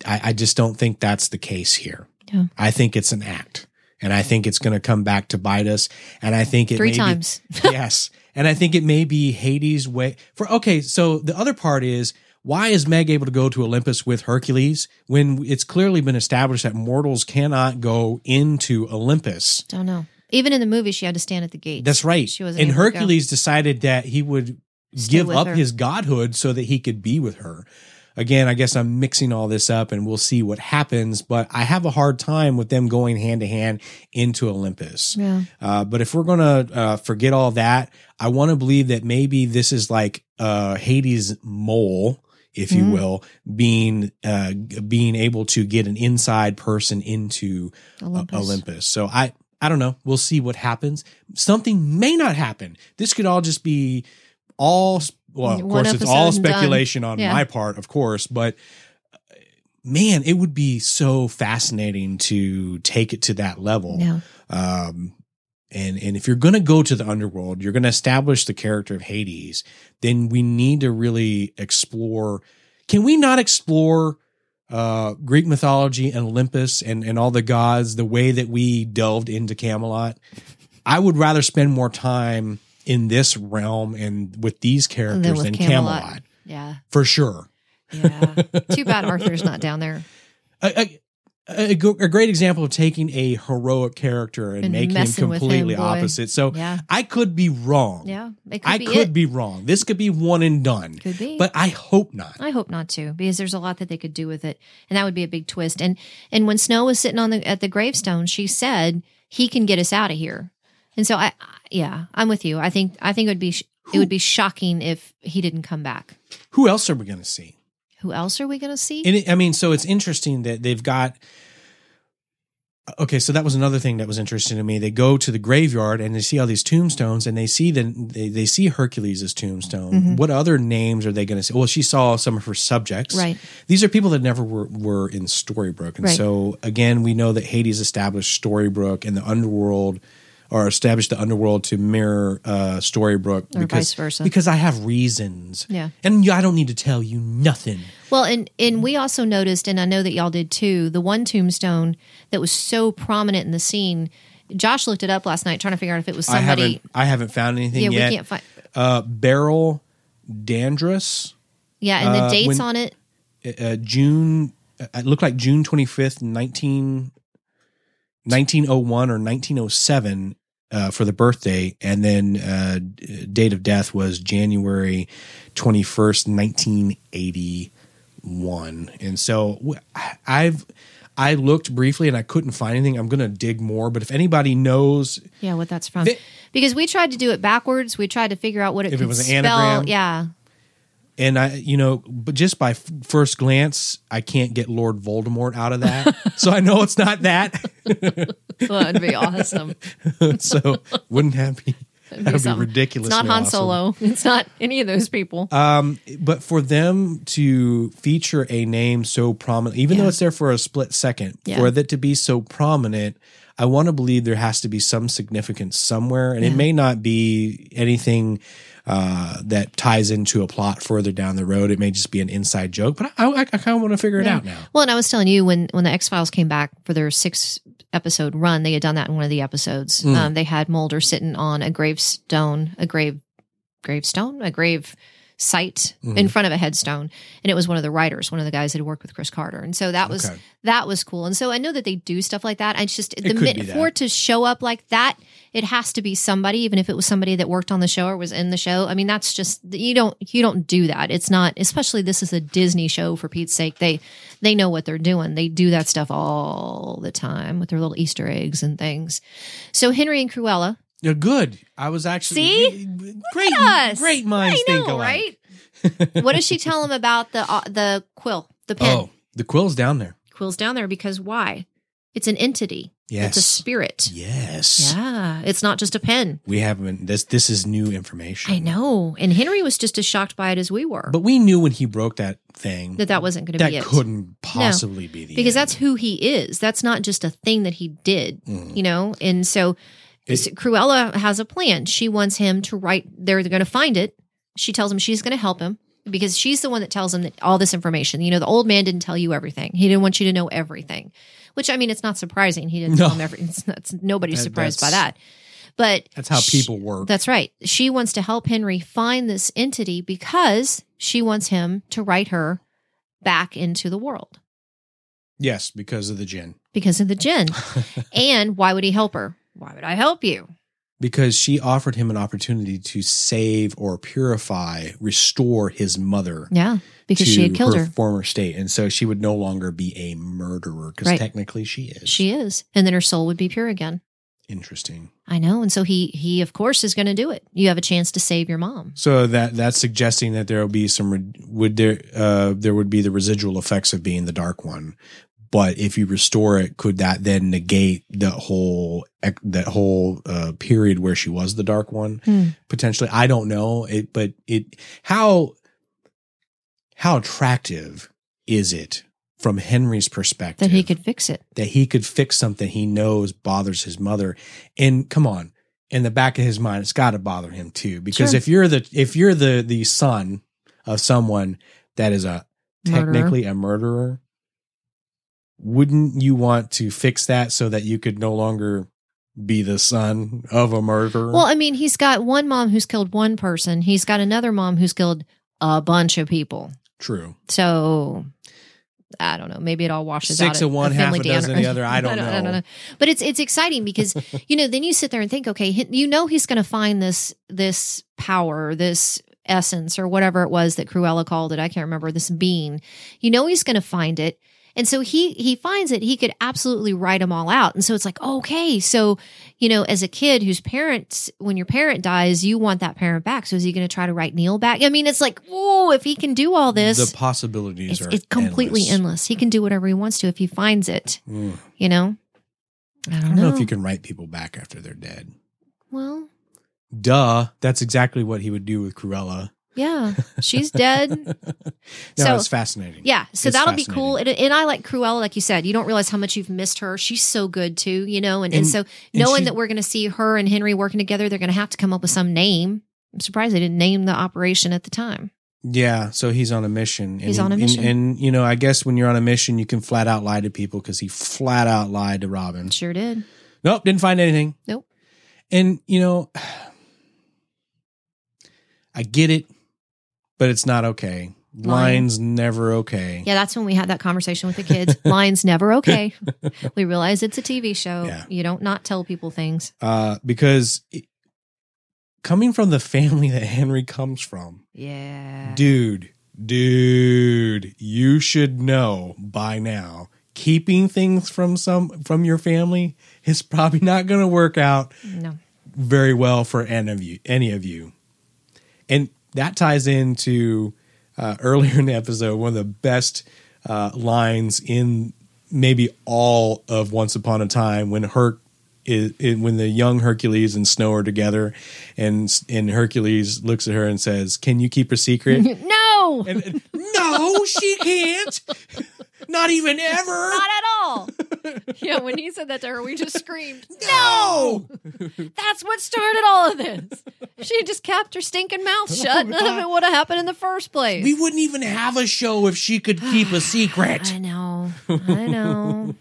Speaker 2: I, I just don't think that's the case here.
Speaker 1: Yeah.
Speaker 2: I think it's an act. And I think it's going to come back to bite us. And I think it
Speaker 1: three
Speaker 2: may be-
Speaker 1: times."
Speaker 2: yes. And I think it may be Hades' way for okay, so the other part is Why is Meg able to go to Olympus with Hercules when it's clearly been established that mortals cannot go into Olympus?
Speaker 1: Don't know. Even in the movie, she had to stand at the gate.
Speaker 2: That's right.
Speaker 1: She wasn't
Speaker 2: and
Speaker 1: able to go.
Speaker 2: Hercules decided that he would
Speaker 1: Stay
Speaker 2: give
Speaker 1: with
Speaker 2: up
Speaker 1: her.
Speaker 2: his godhood so that he could be with her. Again, I guess I'm mixing all this up and we'll see what happens, but I have a hard time with them going hand to hand into Olympus.
Speaker 1: Yeah.
Speaker 2: Uh, but if we're going to uh, forget all that, I want to believe that maybe this is like uh, Hades' mole, if you
Speaker 1: Mm.
Speaker 2: will, being uh, g- being able to get an inside person into
Speaker 1: Olympus.
Speaker 2: Olympus. Olympus. So I I don't know. We'll see what happens. Something may not happen. This could all just be all well, of
Speaker 1: One
Speaker 2: course it's
Speaker 1: episode
Speaker 2: all
Speaker 1: and done.
Speaker 2: speculation on
Speaker 1: Yeah.
Speaker 2: my part, of course, but uh, man, it would be so fascinating to take it to that level.
Speaker 1: Yeah.
Speaker 2: Um and and if you're going to go to the underworld, you're going to establish the character of Hades, then we need to really explore can we not explore uh, Greek mythology and Olympus and, and all the gods the way that we delved into Camelot. I would rather spend more time in this realm and with these
Speaker 1: And
Speaker 2: characters
Speaker 1: then
Speaker 2: than
Speaker 1: with
Speaker 2: Camelot.
Speaker 1: Camelot. Yeah.
Speaker 2: for sure.
Speaker 1: Yeah. Too bad Arthur's not down there
Speaker 2: A, a- a go- a great example of taking a heroic character and,
Speaker 1: And
Speaker 2: making him
Speaker 1: messing with him,
Speaker 2: completely
Speaker 1: boy.
Speaker 2: opposite. So
Speaker 1: Yeah.
Speaker 2: I could be wrong.
Speaker 1: Yeah. It could
Speaker 2: I
Speaker 1: be
Speaker 2: could
Speaker 1: it.
Speaker 2: be wrong. This could be one and done,
Speaker 1: Could be.
Speaker 2: but I hope not.
Speaker 1: I hope not to, because there's a lot that they could do with it, and that would be a big twist. And and when Snow was sitting on the at the gravestone, she said he can get us out of here. And so I, I- yeah, I'm with you. I think I think it would be sh- it would be shocking if he didn't come back.
Speaker 2: Who else are we going to see?
Speaker 1: Who else are we going to see?
Speaker 2: And it, I mean, so it's interesting that they've got. Okay, so that was another thing that was interesting to me. They go to the graveyard and they see all these tombstones, and they see the they, they see Hercules' tombstone.
Speaker 1: Mhm.
Speaker 2: What other names are they going to see? Well, she saw some of her subjects.
Speaker 1: right.
Speaker 2: These are people that never were were in Storybrooke, and
Speaker 1: Right.
Speaker 2: so again, we know that Hades established Storybrooke and the underworld, or established the underworld to mirror uh, Storybrooke,
Speaker 1: Or vice versa.
Speaker 2: Because I have reasons,
Speaker 1: Yeah.
Speaker 2: and I don't need to tell you nothing.
Speaker 1: Well, and and we also noticed, and I know that y'all did too, the one tombstone that was so prominent in the scene. Josh looked it up last night, trying to figure out if it was
Speaker 2: I
Speaker 1: somebody.
Speaker 2: haven't I haven't found anything
Speaker 1: Yeah, we
Speaker 2: yet.
Speaker 1: can't find.
Speaker 2: uh, Beryl Dandress,
Speaker 1: Yeah, and the
Speaker 2: Uh,
Speaker 1: dates
Speaker 2: when-
Speaker 1: on it.
Speaker 2: uh, June. uh, It looked like June twenty fifth, 19, 1901 or nineteen oh seven uh, for the birthday, and then uh, d- date of death was January twenty first, nineteen eighty one. And so w- I've I looked briefly and I couldn't find anything. I'm gonna dig more, but if anybody knows
Speaker 1: Yeah, what that's from.
Speaker 2: Thi-
Speaker 1: because we tried to do it backwards. We tried to figure out what it
Speaker 2: If it
Speaker 1: could
Speaker 2: was an
Speaker 1: spell.
Speaker 2: anagram.
Speaker 1: Yeah.
Speaker 2: and I, you know, but just by f- first glance, I can't get Lord Voldemort out of that. so I know it's not that.
Speaker 1: Well, that'd be awesome.
Speaker 2: so wouldn't that be
Speaker 1: It'd
Speaker 2: that would be
Speaker 1: something.
Speaker 2: ridiculous?
Speaker 1: It's not Han Solo. It's not any of those people.
Speaker 2: Uh, But for them to feature a name so prominent, even though
Speaker 1: Yeah.
Speaker 2: it's there for a split second,
Speaker 1: Yeah.
Speaker 2: for that to be so prominent, I want to believe there has to be some significance somewhere, and it may not be anything. Uh, that ties into a plot further down the road. It may just be an inside joke, but I, I, I kind of want to figure it
Speaker 1: Yeah.
Speaker 2: out now.
Speaker 1: Well, and I was telling you when when the X Files came back for their six episode run, they had done that in one of the episodes.
Speaker 2: Mm.
Speaker 1: Um, they had Mulder sitting on a gravestone, a grave gravestone, a grave site
Speaker 2: Mm-hmm.
Speaker 1: in front of a headstone, and it was one of the writers, one of the guys that had worked with Chris Carter, and so that was
Speaker 2: Okay.
Speaker 1: that was cool. And so I know that they do stuff like that. I just the
Speaker 2: could be
Speaker 1: minute
Speaker 2: that.
Speaker 1: for it to show up like that. It has to be somebody, even if it was somebody that worked on the show or was in the show. I mean, that's just you don't you don't do that. It's not, especially this is a Disney show for Pete's sake. They they know what they're doing. They do that stuff all the time with their little Easter eggs and things. So Henry and Cruella,
Speaker 2: They're good. I was actually
Speaker 1: See?
Speaker 2: great.
Speaker 1: us.
Speaker 2: Great minds
Speaker 1: I
Speaker 2: think
Speaker 1: know,
Speaker 2: alike.
Speaker 1: right? what does she tell him about the uh, the quill, the pen?
Speaker 2: Oh, the quill's down there.
Speaker 1: Quill's down there because why? It's an entity. It's a
Speaker 2: Yes.
Speaker 1: spirit.
Speaker 2: Yes.
Speaker 1: Yeah, it's not just a pen.
Speaker 2: We haven't. This this is new information.
Speaker 1: I know. And Henry was just as shocked by it as we were
Speaker 2: But we knew when he broke that thing
Speaker 1: that that wasn't going to
Speaker 2: that
Speaker 1: be it.
Speaker 2: couldn't possibly be the
Speaker 1: because
Speaker 2: end.
Speaker 1: that's who he is. That's not just a thing that he did,
Speaker 2: Mm.
Speaker 1: you know? And so s- Cruella has a plan. She wants him to write, they're going to find it. She tells him she's going to help him because she's the one that tells him that all this information. You know, the old man didn't tell you everything, he didn't want you to know everything, which I mean, it's not surprising. He didn't
Speaker 2: No.
Speaker 1: tell him everything. It's not, it's- nobody's
Speaker 2: That-
Speaker 1: surprised by
Speaker 2: that's-
Speaker 1: that. But
Speaker 2: That's how
Speaker 1: sh-
Speaker 2: people work.
Speaker 1: That's right. She wants to help Henry find this entity because she wants him to write her back into the world
Speaker 2: yes, because of the gin.
Speaker 1: because of the gin. and why would he help her? Why would I help you?
Speaker 2: because she offered him an opportunity to save or purify, restore his mother
Speaker 1: Yeah, because
Speaker 2: to
Speaker 1: she had killed her.
Speaker 2: former state, and so she would no longer be a murderer because
Speaker 1: Right.
Speaker 2: technically she is.
Speaker 1: She is, and then her soul would be pure again.
Speaker 2: interesting.
Speaker 1: I know, and so he he of course is going to do it. You have a chance to save your mom.
Speaker 2: So that that's suggesting that there will be some re- would there uh, there would be the residual effects of being the dark one, but if you restore it, could that then negate the whole ec- that whole uh, period where she was the dark one?
Speaker 1: Hmm.
Speaker 2: potentially. I don't know it, but it how how attractive is it from Henry's perspective
Speaker 1: That he could fix it.
Speaker 2: that he could fix something he knows bothers his mother? And come on, in the back of his mind, it's got to bother him too. Because
Speaker 1: Sure.
Speaker 2: if you're the if you're the the son of someone that is a
Speaker 1: Murderer.
Speaker 2: technically a murderer, wouldn't you want to fix that so that you could no longer be the son of a murderer?
Speaker 1: Well, I mean, he's got one mom who's killed one person. He's got another mom who's killed a bunch of people.
Speaker 2: True.
Speaker 1: So I don't know. Maybe it all washes out.
Speaker 2: Six
Speaker 1: at
Speaker 2: of one, half
Speaker 1: Finley
Speaker 2: a dozen
Speaker 1: Danner.
Speaker 2: of the other. I don't know.
Speaker 1: But it's it's exciting because you know then you sit there and think, okay, he- you know he's going to find this this power, this essence or whatever it was that Cruella called it. I can't remember this bean. You know he's going to find it. And so he he finds it. He could absolutely write them all out. And so it's like, okay, so you know, as a kid whose parents, when your parent dies, you want that parent back. So is he going to try to write Neil back? I mean, it's like, oh, if he can do all this,
Speaker 2: the
Speaker 1: it's,
Speaker 2: possibilities are
Speaker 1: it's completely endless.
Speaker 2: endless.
Speaker 1: He can do whatever he wants to if he finds it.
Speaker 2: Mm.
Speaker 1: You know, I
Speaker 2: I
Speaker 1: don't
Speaker 2: don't
Speaker 1: know.
Speaker 2: know if you can write people back after they're dead.
Speaker 1: well,
Speaker 2: Duh, that's exactly what he would do with Cruella.
Speaker 1: yeah, she's dead.
Speaker 2: no,
Speaker 1: So-
Speaker 2: it's fascinating.
Speaker 1: Yeah, so
Speaker 2: It's
Speaker 1: that'll be cool. And, and I like Cruella, like you said. You don't realize how much you've missed her. She's so good too, you know. And and,
Speaker 2: And-
Speaker 1: so
Speaker 2: and
Speaker 1: knowing
Speaker 2: she-
Speaker 1: that we're going to see her and Henry working together, they're going to have to come up with some name. I'm surprised they didn't name the operation at the time.
Speaker 2: Yeah, so he's on a mission. And
Speaker 1: He's on a
Speaker 2: and-
Speaker 1: mission.
Speaker 2: and, you know, I guess when you're on a mission, you can flat out lie to people because he flat out lied to Robin.
Speaker 1: Sure did.
Speaker 2: Nope, didn't find anything.
Speaker 1: Nope.
Speaker 2: And you know, I get it, but it's not okay.
Speaker 1: Lying.
Speaker 2: Lines never okay.
Speaker 1: Yeah, that's when we had that conversation with the kids. Lines never okay. We realize it's a TV show.
Speaker 2: Yeah.
Speaker 1: You don't not tell people things.
Speaker 2: uh, because it, coming from the family that Henry comes from,
Speaker 1: Yeah.
Speaker 2: dude, dude, you should know by now. Keeping things from some from your family is probably not going to work out
Speaker 1: No.
Speaker 2: very well for any of you. Any of you, and that ties into uh, earlier in the episode one of the best uh, lines in maybe all of Once Upon a Time when Herc. Is, is- when the young Hercules and Snow are together, and and Hercules looks at her and says, "Can you keep a secret?"
Speaker 1: No.
Speaker 2: and, and, no, she can't. Not even ever.
Speaker 1: not at all. yeah, when he said that to her, we just screamed.
Speaker 2: no.
Speaker 1: That's what started all of this. She just kept her stinking mouth shut. None of it would have happened in the first place.
Speaker 2: We wouldn't even have a show if she could keep a secret.
Speaker 1: I know. I know.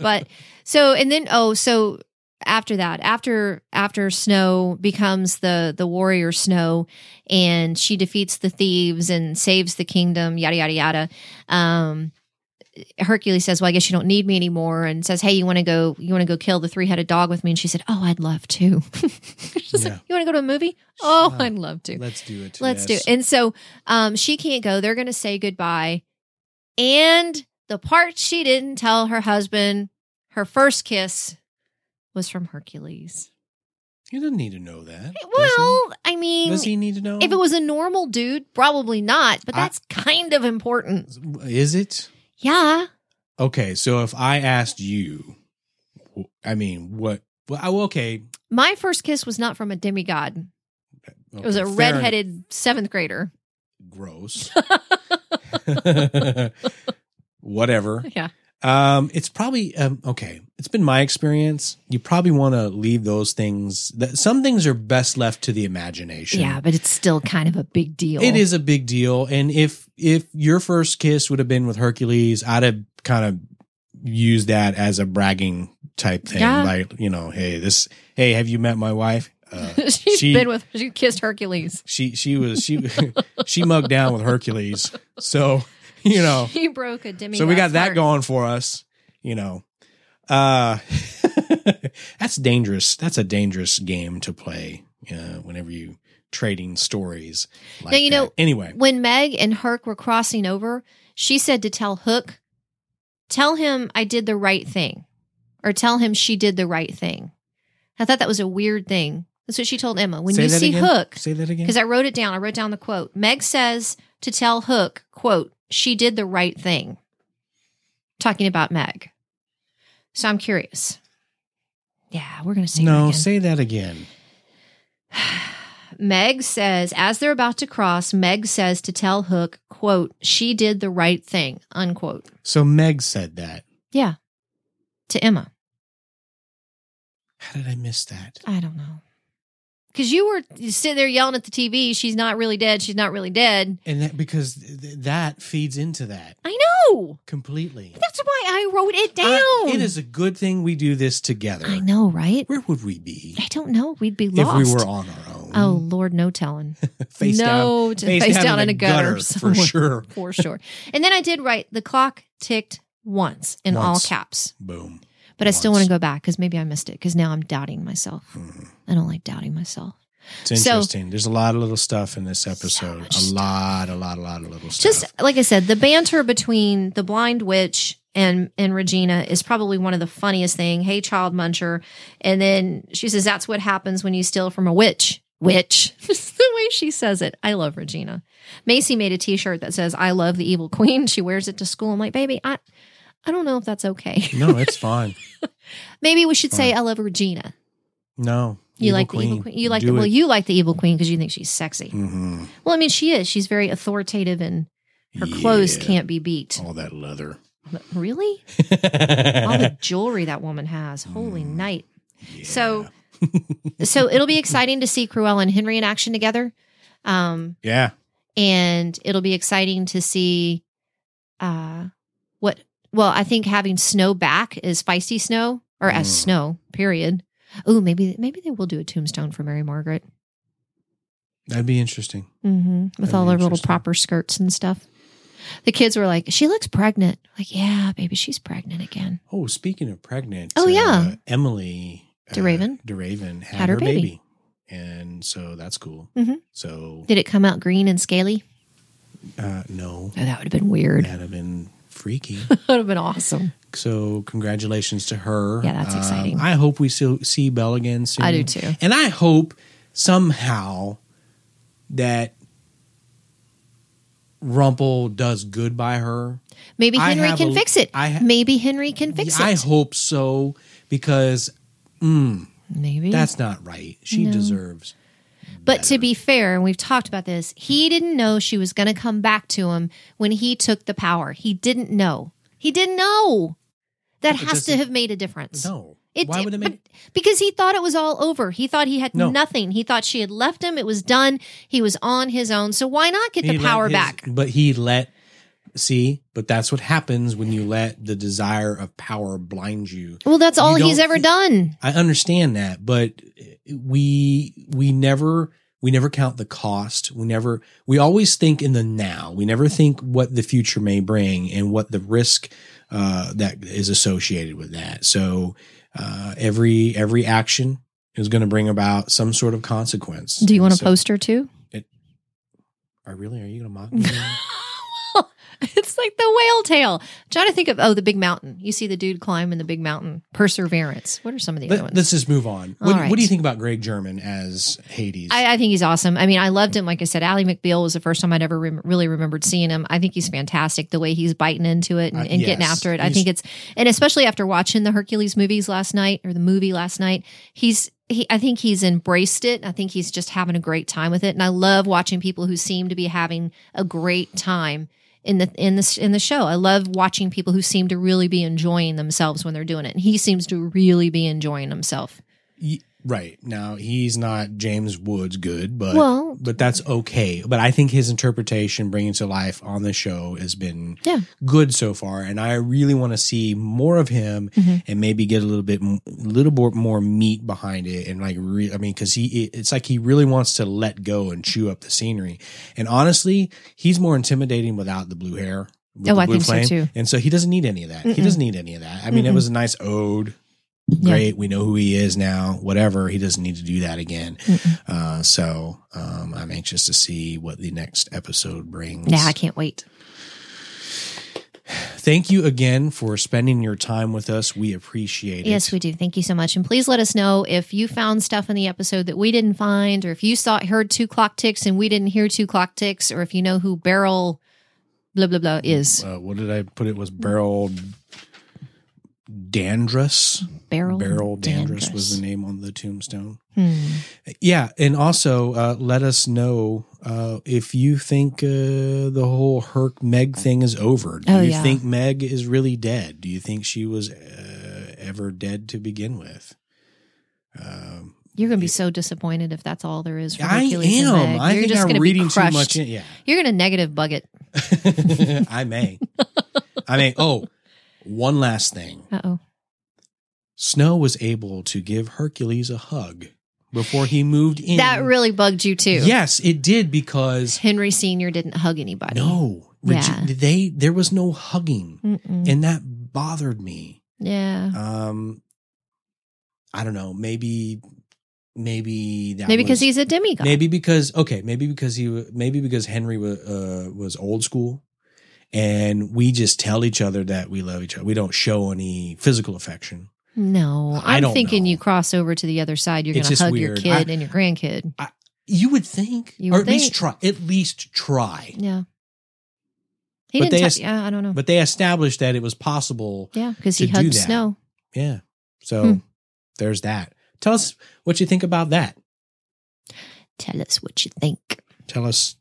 Speaker 1: but so and then oh, so after that, after after Snow becomes the the warrior Snow and she defeats the thieves and saves the kingdom, yada yada yada. Um Hercules says, "Well, I guess you don't need me anymore," and says, "Hey, you want to go? You want to go kill the three-headed dog with me?" And she said, "Oh, I'd love to." She's
Speaker 2: Yeah.
Speaker 1: like, "You want to go to a movie? Oh,
Speaker 2: Yeah.
Speaker 1: I'd love to."
Speaker 2: Let's do it.
Speaker 1: Let's do it. And so um, she can't go. They're going to say goodbye. And the part she didn't tell her husband, her first kiss was from Hercules.
Speaker 2: He doesn't need to know that. does
Speaker 1: Well, I
Speaker 2: he,
Speaker 1: mean,
Speaker 2: Does he need to know?
Speaker 1: if it was a normal dude, probably not, but
Speaker 2: I-
Speaker 1: that's kind of important.
Speaker 2: is it
Speaker 1: Yeah.
Speaker 2: okay? So if I asked you, I mean, what? Well, I- well, okay.
Speaker 1: My first kiss was not from a demigod.
Speaker 2: okay
Speaker 1: it was a
Speaker 2: fair enough.
Speaker 1: redheaded seventh grader.
Speaker 2: Gross. Whatever.
Speaker 1: Yeah.
Speaker 2: Um, it's probably um, okay. It's been my experience. You probably want to leave those things. That some things are best left to the imagination.
Speaker 1: Yeah, but it's still kind of a big deal.
Speaker 2: It is a big deal, and if if your first kiss would have been with Hercules, I'd have kind of used that as a bragging type thing.
Speaker 1: Yeah.
Speaker 2: Like, you know, hey, this, hey, have you met my wife? Uh,
Speaker 1: She's
Speaker 2: She-
Speaker 1: been with, she kissed Hercules.
Speaker 2: she she was she she mugged down with Hercules. So you know,
Speaker 1: he broke a demi.
Speaker 2: so we got that going for us. You know, uh, that's dangerous. That's a dangerous game to play. Uh, whenever you trading stories, like
Speaker 1: Now, you know-
Speaker 2: that. Anyway,
Speaker 1: When Meg and Herc were crossing over, she said to tell Hook, tell him I did the right thing or tell him she did the right thing. I thought that was a weird thing. That's what she told Emma. When
Speaker 2: Say
Speaker 1: you
Speaker 2: that
Speaker 1: see
Speaker 2: again?
Speaker 1: Hook,
Speaker 2: say that again.
Speaker 1: because I wrote it down. I wrote down the quote. Meg says to tell Hook, quote, she did the right thing. Talking about Meg. So I'm curious. Yeah, we're going to see.
Speaker 2: no,
Speaker 1: No,
Speaker 2: say that again.
Speaker 1: Meg says, as they're about to cross, Meg says to tell Hook, quote, she did the right thing, unquote,
Speaker 2: So Meg said that.
Speaker 1: to Emma.
Speaker 2: How did I miss that?
Speaker 1: I don't know. Because you were you sitting there yelling at the TV, she's not really dead. She's not really dead.
Speaker 2: And that because th- th- that feeds into that
Speaker 1: I know.
Speaker 2: completely.
Speaker 1: That's why I wrote it down.
Speaker 2: I- it is a good thing we do this together.
Speaker 1: I know, right?
Speaker 2: Where would we be
Speaker 1: I don't know. We'd be
Speaker 2: if
Speaker 1: lost.
Speaker 2: we were on our own?
Speaker 1: Oh Lord, no telling.
Speaker 2: face down,
Speaker 1: no, to- face, down, in a
Speaker 2: the
Speaker 1: gutter,
Speaker 2: for
Speaker 1: somewhere,
Speaker 2: sure.
Speaker 1: for sure. And then I did write the clock ticked once in all
Speaker 2: Once.
Speaker 1: caps,
Speaker 2: Boom.
Speaker 1: but I still
Speaker 2: Once.
Speaker 1: want to go back because maybe I missed it. Because now I'm doubting myself.
Speaker 2: Mhm.
Speaker 1: I don't like doubting myself.
Speaker 2: It's
Speaker 1: So-
Speaker 2: interesting. There's a lot of little stuff in this episode.
Speaker 1: much
Speaker 2: a lot, a lot, a lot of little stuff.
Speaker 1: Just like I said, the banter between the blind witch and and Regina is probably one of the funniest thing. Hey, child muncher, and then she says that's what happens when you steal from a witch. Witch, Just the way she says it. I love Regina. Macy made a T-shirt that says "I love the evil queen." She wears it to school. I'm like, baby, I, I don't know if that's okay.
Speaker 2: no, it's fine.
Speaker 1: Maybe we should say "I love Regina."
Speaker 2: No,
Speaker 1: You
Speaker 2: Evil
Speaker 1: like the evil queen. You like
Speaker 2: Do
Speaker 1: the, well,
Speaker 2: it.
Speaker 1: you like the evil queen because you think she's sexy.
Speaker 2: Mhm.
Speaker 1: Well, I mean, she is. She's very authoritative, and her clothes
Speaker 2: Yeah. Oh.
Speaker 1: can't be beat.
Speaker 2: All that leather.
Speaker 1: But really? All the jewelry that woman has. Holy
Speaker 2: Mm.
Speaker 1: night.
Speaker 2: Yeah.
Speaker 1: So so it'll be exciting to see Cruella and Henry in action together. Um
Speaker 2: yeah,
Speaker 1: and it'll be exciting to see uh what well, I think having Snow back is feisty Snow or as
Speaker 2: Mm.
Speaker 1: Snow, period. Oh, maybe maybe they will do a tombstone for Mary Margaret.
Speaker 2: that'd be interesting.
Speaker 1: hmm With
Speaker 2: That'd
Speaker 1: all
Speaker 2: be
Speaker 1: her little
Speaker 2: interesting.
Speaker 1: proper skirts and stuff. The kids were like, "She looks pregnant." Like, yeah, baby, she's pregnant again.
Speaker 2: Oh, speaking of pregnant. uh,
Speaker 1: Oh, yeah.
Speaker 2: Emily uh,
Speaker 1: DeRaven?
Speaker 2: DeRaven had,
Speaker 1: Had her
Speaker 2: her baby. And so that's cool.
Speaker 1: Mhm.
Speaker 2: So
Speaker 1: Did it come out green and scaly?
Speaker 2: uh, no,
Speaker 1: Oh, that would have been weird.
Speaker 2: that'd have been freaky.
Speaker 1: that would have been awesome.
Speaker 2: So congratulations to her.
Speaker 1: Yeah, that's
Speaker 2: Um,
Speaker 1: exciting.
Speaker 2: I hope we see, see Belle again soon.
Speaker 1: I do too.
Speaker 2: And I hope somehow that Rumple does good by her.
Speaker 1: Maybe
Speaker 2: I
Speaker 1: Henry
Speaker 2: have
Speaker 1: can
Speaker 2: a-
Speaker 1: fix it.
Speaker 2: I ha-
Speaker 1: Maybe Henry can fix
Speaker 2: I
Speaker 1: it.
Speaker 2: hope so because
Speaker 1: Maybe.
Speaker 2: that's not right. She
Speaker 1: No.
Speaker 2: deserves.
Speaker 1: but to be fair, and we've talked about this, he didn't know she was going to come back to him when he took the power. He didn't know. He didn't know. That
Speaker 2: It
Speaker 1: has to
Speaker 2: doesn't-
Speaker 1: have made a difference.
Speaker 2: No.
Speaker 1: It,
Speaker 2: Why would it
Speaker 1: but-
Speaker 2: make?
Speaker 1: because he thought it was all over. He thought he had
Speaker 2: No.
Speaker 1: nothing. He thought she had left him. It was done. He was on his own. So why not get
Speaker 2: He
Speaker 1: the
Speaker 2: let
Speaker 1: power
Speaker 2: his-
Speaker 1: back?
Speaker 2: But he let see, but that's what happens when you let the desire of power blind you.
Speaker 1: Well, that's all
Speaker 2: You
Speaker 1: he's
Speaker 2: don't-
Speaker 1: ever done.
Speaker 2: I understand that, but we we never we never count the cost. We never we always think in the now. We never think what the future may bring and what the risk uh, that is associated with that. So uh, every every action is going to bring about some sort of consequence.
Speaker 1: Do you want a
Speaker 2: So-
Speaker 1: poster too?
Speaker 2: Are really? Are you going to mock me? now?
Speaker 1: it's like the whale tail. I'm trying to think of oh, the big mountain. You see the dude climbing the big mountain. Perseverance. What are some of the other
Speaker 2: Let,
Speaker 1: ones?
Speaker 2: us just move on. What,
Speaker 1: All right.
Speaker 2: what do you think about Greg German as Hades?
Speaker 1: I, I think he's awesome. I mean, I loved him. Like I said, Ally McBeal was the first time I'd ever rem- really remembered seeing him. I think he's fantastic. The way he's biting into it and,
Speaker 2: Uh,
Speaker 1: and getting
Speaker 2: yes.
Speaker 1: after it. I
Speaker 2: He's-
Speaker 1: think it's and especially after watching the Hercules movies last night or the movie last night, he's he. I think he's embraced it. I think he's just having a great time with it. And I love watching people who seem to be having a great time in the in the in the show. I love watching people who seem to really be enjoying themselves when they're doing it, and he seems to really be enjoying himself.
Speaker 2: Y- Right. Now he's not James Woods good, but
Speaker 1: well,
Speaker 2: but that's okay. But I think his interpretation bringing to life on the show has been
Speaker 1: Yeah.
Speaker 2: good so far and I really want to see more of him
Speaker 1: Mhm.
Speaker 2: and maybe get a little bit m- little more, more meat behind it and like re- I mean cuz he it- it's like he really wants to let go and chew up the scenery. And honestly, he's more intimidating without the blue hair. with
Speaker 1: Oh,
Speaker 2: the
Speaker 1: I
Speaker 2: blue
Speaker 1: think so, too.
Speaker 2: And so he doesn't need any of that. He
Speaker 1: Mm-mm.
Speaker 2: doesn't need any of that. I mean, it
Speaker 1: Mm-mm.
Speaker 2: was a nice ode great. We know who he is now. Whatever. He doesn't need to do that again.
Speaker 1: Mm-mm.
Speaker 2: Uh, so um, I'm anxious to see what the next episode brings.
Speaker 1: Yeah, I can't wait.
Speaker 2: Thank you again for spending your time with us. We appreciate it.
Speaker 1: Yes, we do. Thank you so much. And please let us know if you found stuff in the episode that we didn't find, or if you saw heard two clock ticks and we didn't hear two clock ticks, or if you know who Beryl blah blah blah is.
Speaker 2: Uh, what did I put? It was Beryl Dandress.
Speaker 1: Beryl
Speaker 2: Beryl Dandress,
Speaker 1: Dandress.
Speaker 2: was the name on the tombstone.
Speaker 1: Hmm.
Speaker 2: Yeah, and also uh, let us know uh, if you think uh, the whole Herc Meg thing is over. Do
Speaker 1: Oh,
Speaker 2: you
Speaker 1: yeah.
Speaker 2: think Meg is really dead? Do you think she was uh, ever dead to begin with? Um,
Speaker 1: You're going to be so disappointed if that's all there is for
Speaker 2: I
Speaker 1: Hercules and
Speaker 2: am.
Speaker 1: Meg.
Speaker 2: I
Speaker 1: You're
Speaker 2: think
Speaker 1: just
Speaker 2: I'm
Speaker 1: gonna be
Speaker 2: reading too
Speaker 1: crushed.
Speaker 2: much. In, yeah,
Speaker 1: You're going to negative bug it.
Speaker 2: I may. I may. Oh, one last thing.
Speaker 1: Uh oh.
Speaker 2: Snow was able to give Hercules a hug before he moved in.
Speaker 1: That really bugged you too.
Speaker 2: Yes, it did because
Speaker 1: Henry Senior didn't hug anybody.
Speaker 2: No, Regi-
Speaker 1: Yeah. Mm-hmm.
Speaker 2: they there was no hugging,
Speaker 1: Mm-mm.
Speaker 2: and that bothered me.
Speaker 1: yeah.
Speaker 2: Um, I don't know. Maybe, maybe that
Speaker 1: Maybe because
Speaker 2: was-
Speaker 1: he's a demigod.
Speaker 2: maybe because okay, maybe because he wa- maybe because Henry was uh, was old school, and we just tell each other that we love each other. We don't show any physical affection.
Speaker 1: No,
Speaker 2: I
Speaker 1: I'm
Speaker 2: don't
Speaker 1: thinking
Speaker 2: know.
Speaker 1: you cross over to the other side. You're
Speaker 2: It's
Speaker 1: going to
Speaker 2: just
Speaker 1: hug your
Speaker 2: weird.
Speaker 1: kid
Speaker 2: I-
Speaker 1: and your grandkid.
Speaker 2: You would think,
Speaker 1: You
Speaker 2: or
Speaker 1: would
Speaker 2: at least
Speaker 1: think.
Speaker 2: try, at least try.
Speaker 1: Yeah. He
Speaker 2: But they
Speaker 1: didn't.
Speaker 2: es-
Speaker 1: T- yeah, I don't know.
Speaker 2: But they established that it was possible
Speaker 1: yeah, because
Speaker 2: to
Speaker 1: he
Speaker 2: do
Speaker 1: hugged
Speaker 2: that.
Speaker 1: snow.
Speaker 2: Yeah. So
Speaker 1: Hmm.
Speaker 2: there's that. Tell us what you think about that.
Speaker 1: Tell us what you think.
Speaker 2: Tell us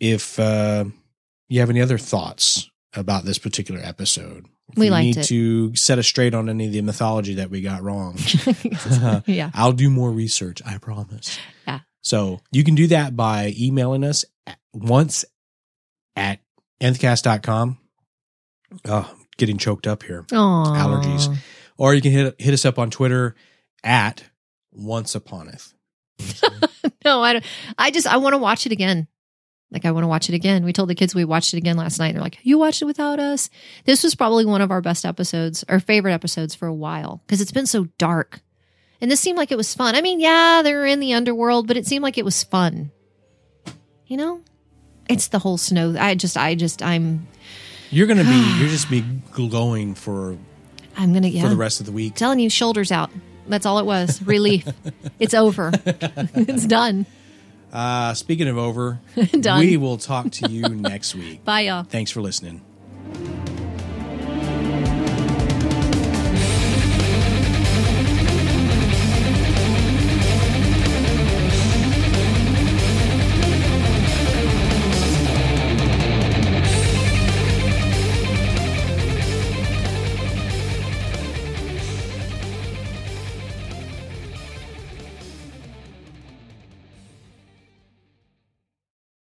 Speaker 2: if uh, you have any other thoughts about this particular episode. If
Speaker 1: We
Speaker 2: you
Speaker 1: liked
Speaker 2: need
Speaker 1: it.
Speaker 2: to set us straight on any of the mythology that we got wrong.
Speaker 1: yeah.
Speaker 2: I'll do more research, I promise.
Speaker 1: Yeah.
Speaker 2: So you can do that by emailing us at once at nthcast.com. Oh, getting choked up here.
Speaker 1: Aww.
Speaker 2: Allergies. or you can hit hit us up on Twitter at once uponeth.
Speaker 1: No, I don't. I just I want to watch it again. Like I want to watch it again. We told the kids we watched it again last night. They're like, "You watched it without us." This was probably one of our best episodes or favorite episodes for a while because it's been so dark. And this seemed like it was fun. I mean, yeah, they're in the underworld, but it seemed like it was fun. You know, it's the whole snow. I just, I just, I'm,
Speaker 2: You're gonna be you're just be glowing for
Speaker 1: I'm gonna yeah.
Speaker 2: for the rest of the week.
Speaker 1: telling you, shoulders out. That's all it was. Relief. it's over. it's done.
Speaker 2: Uh, speaking of over,
Speaker 1: Done.
Speaker 2: we will talk to you next week.
Speaker 1: Bye, y'all.
Speaker 2: Thanks for listening.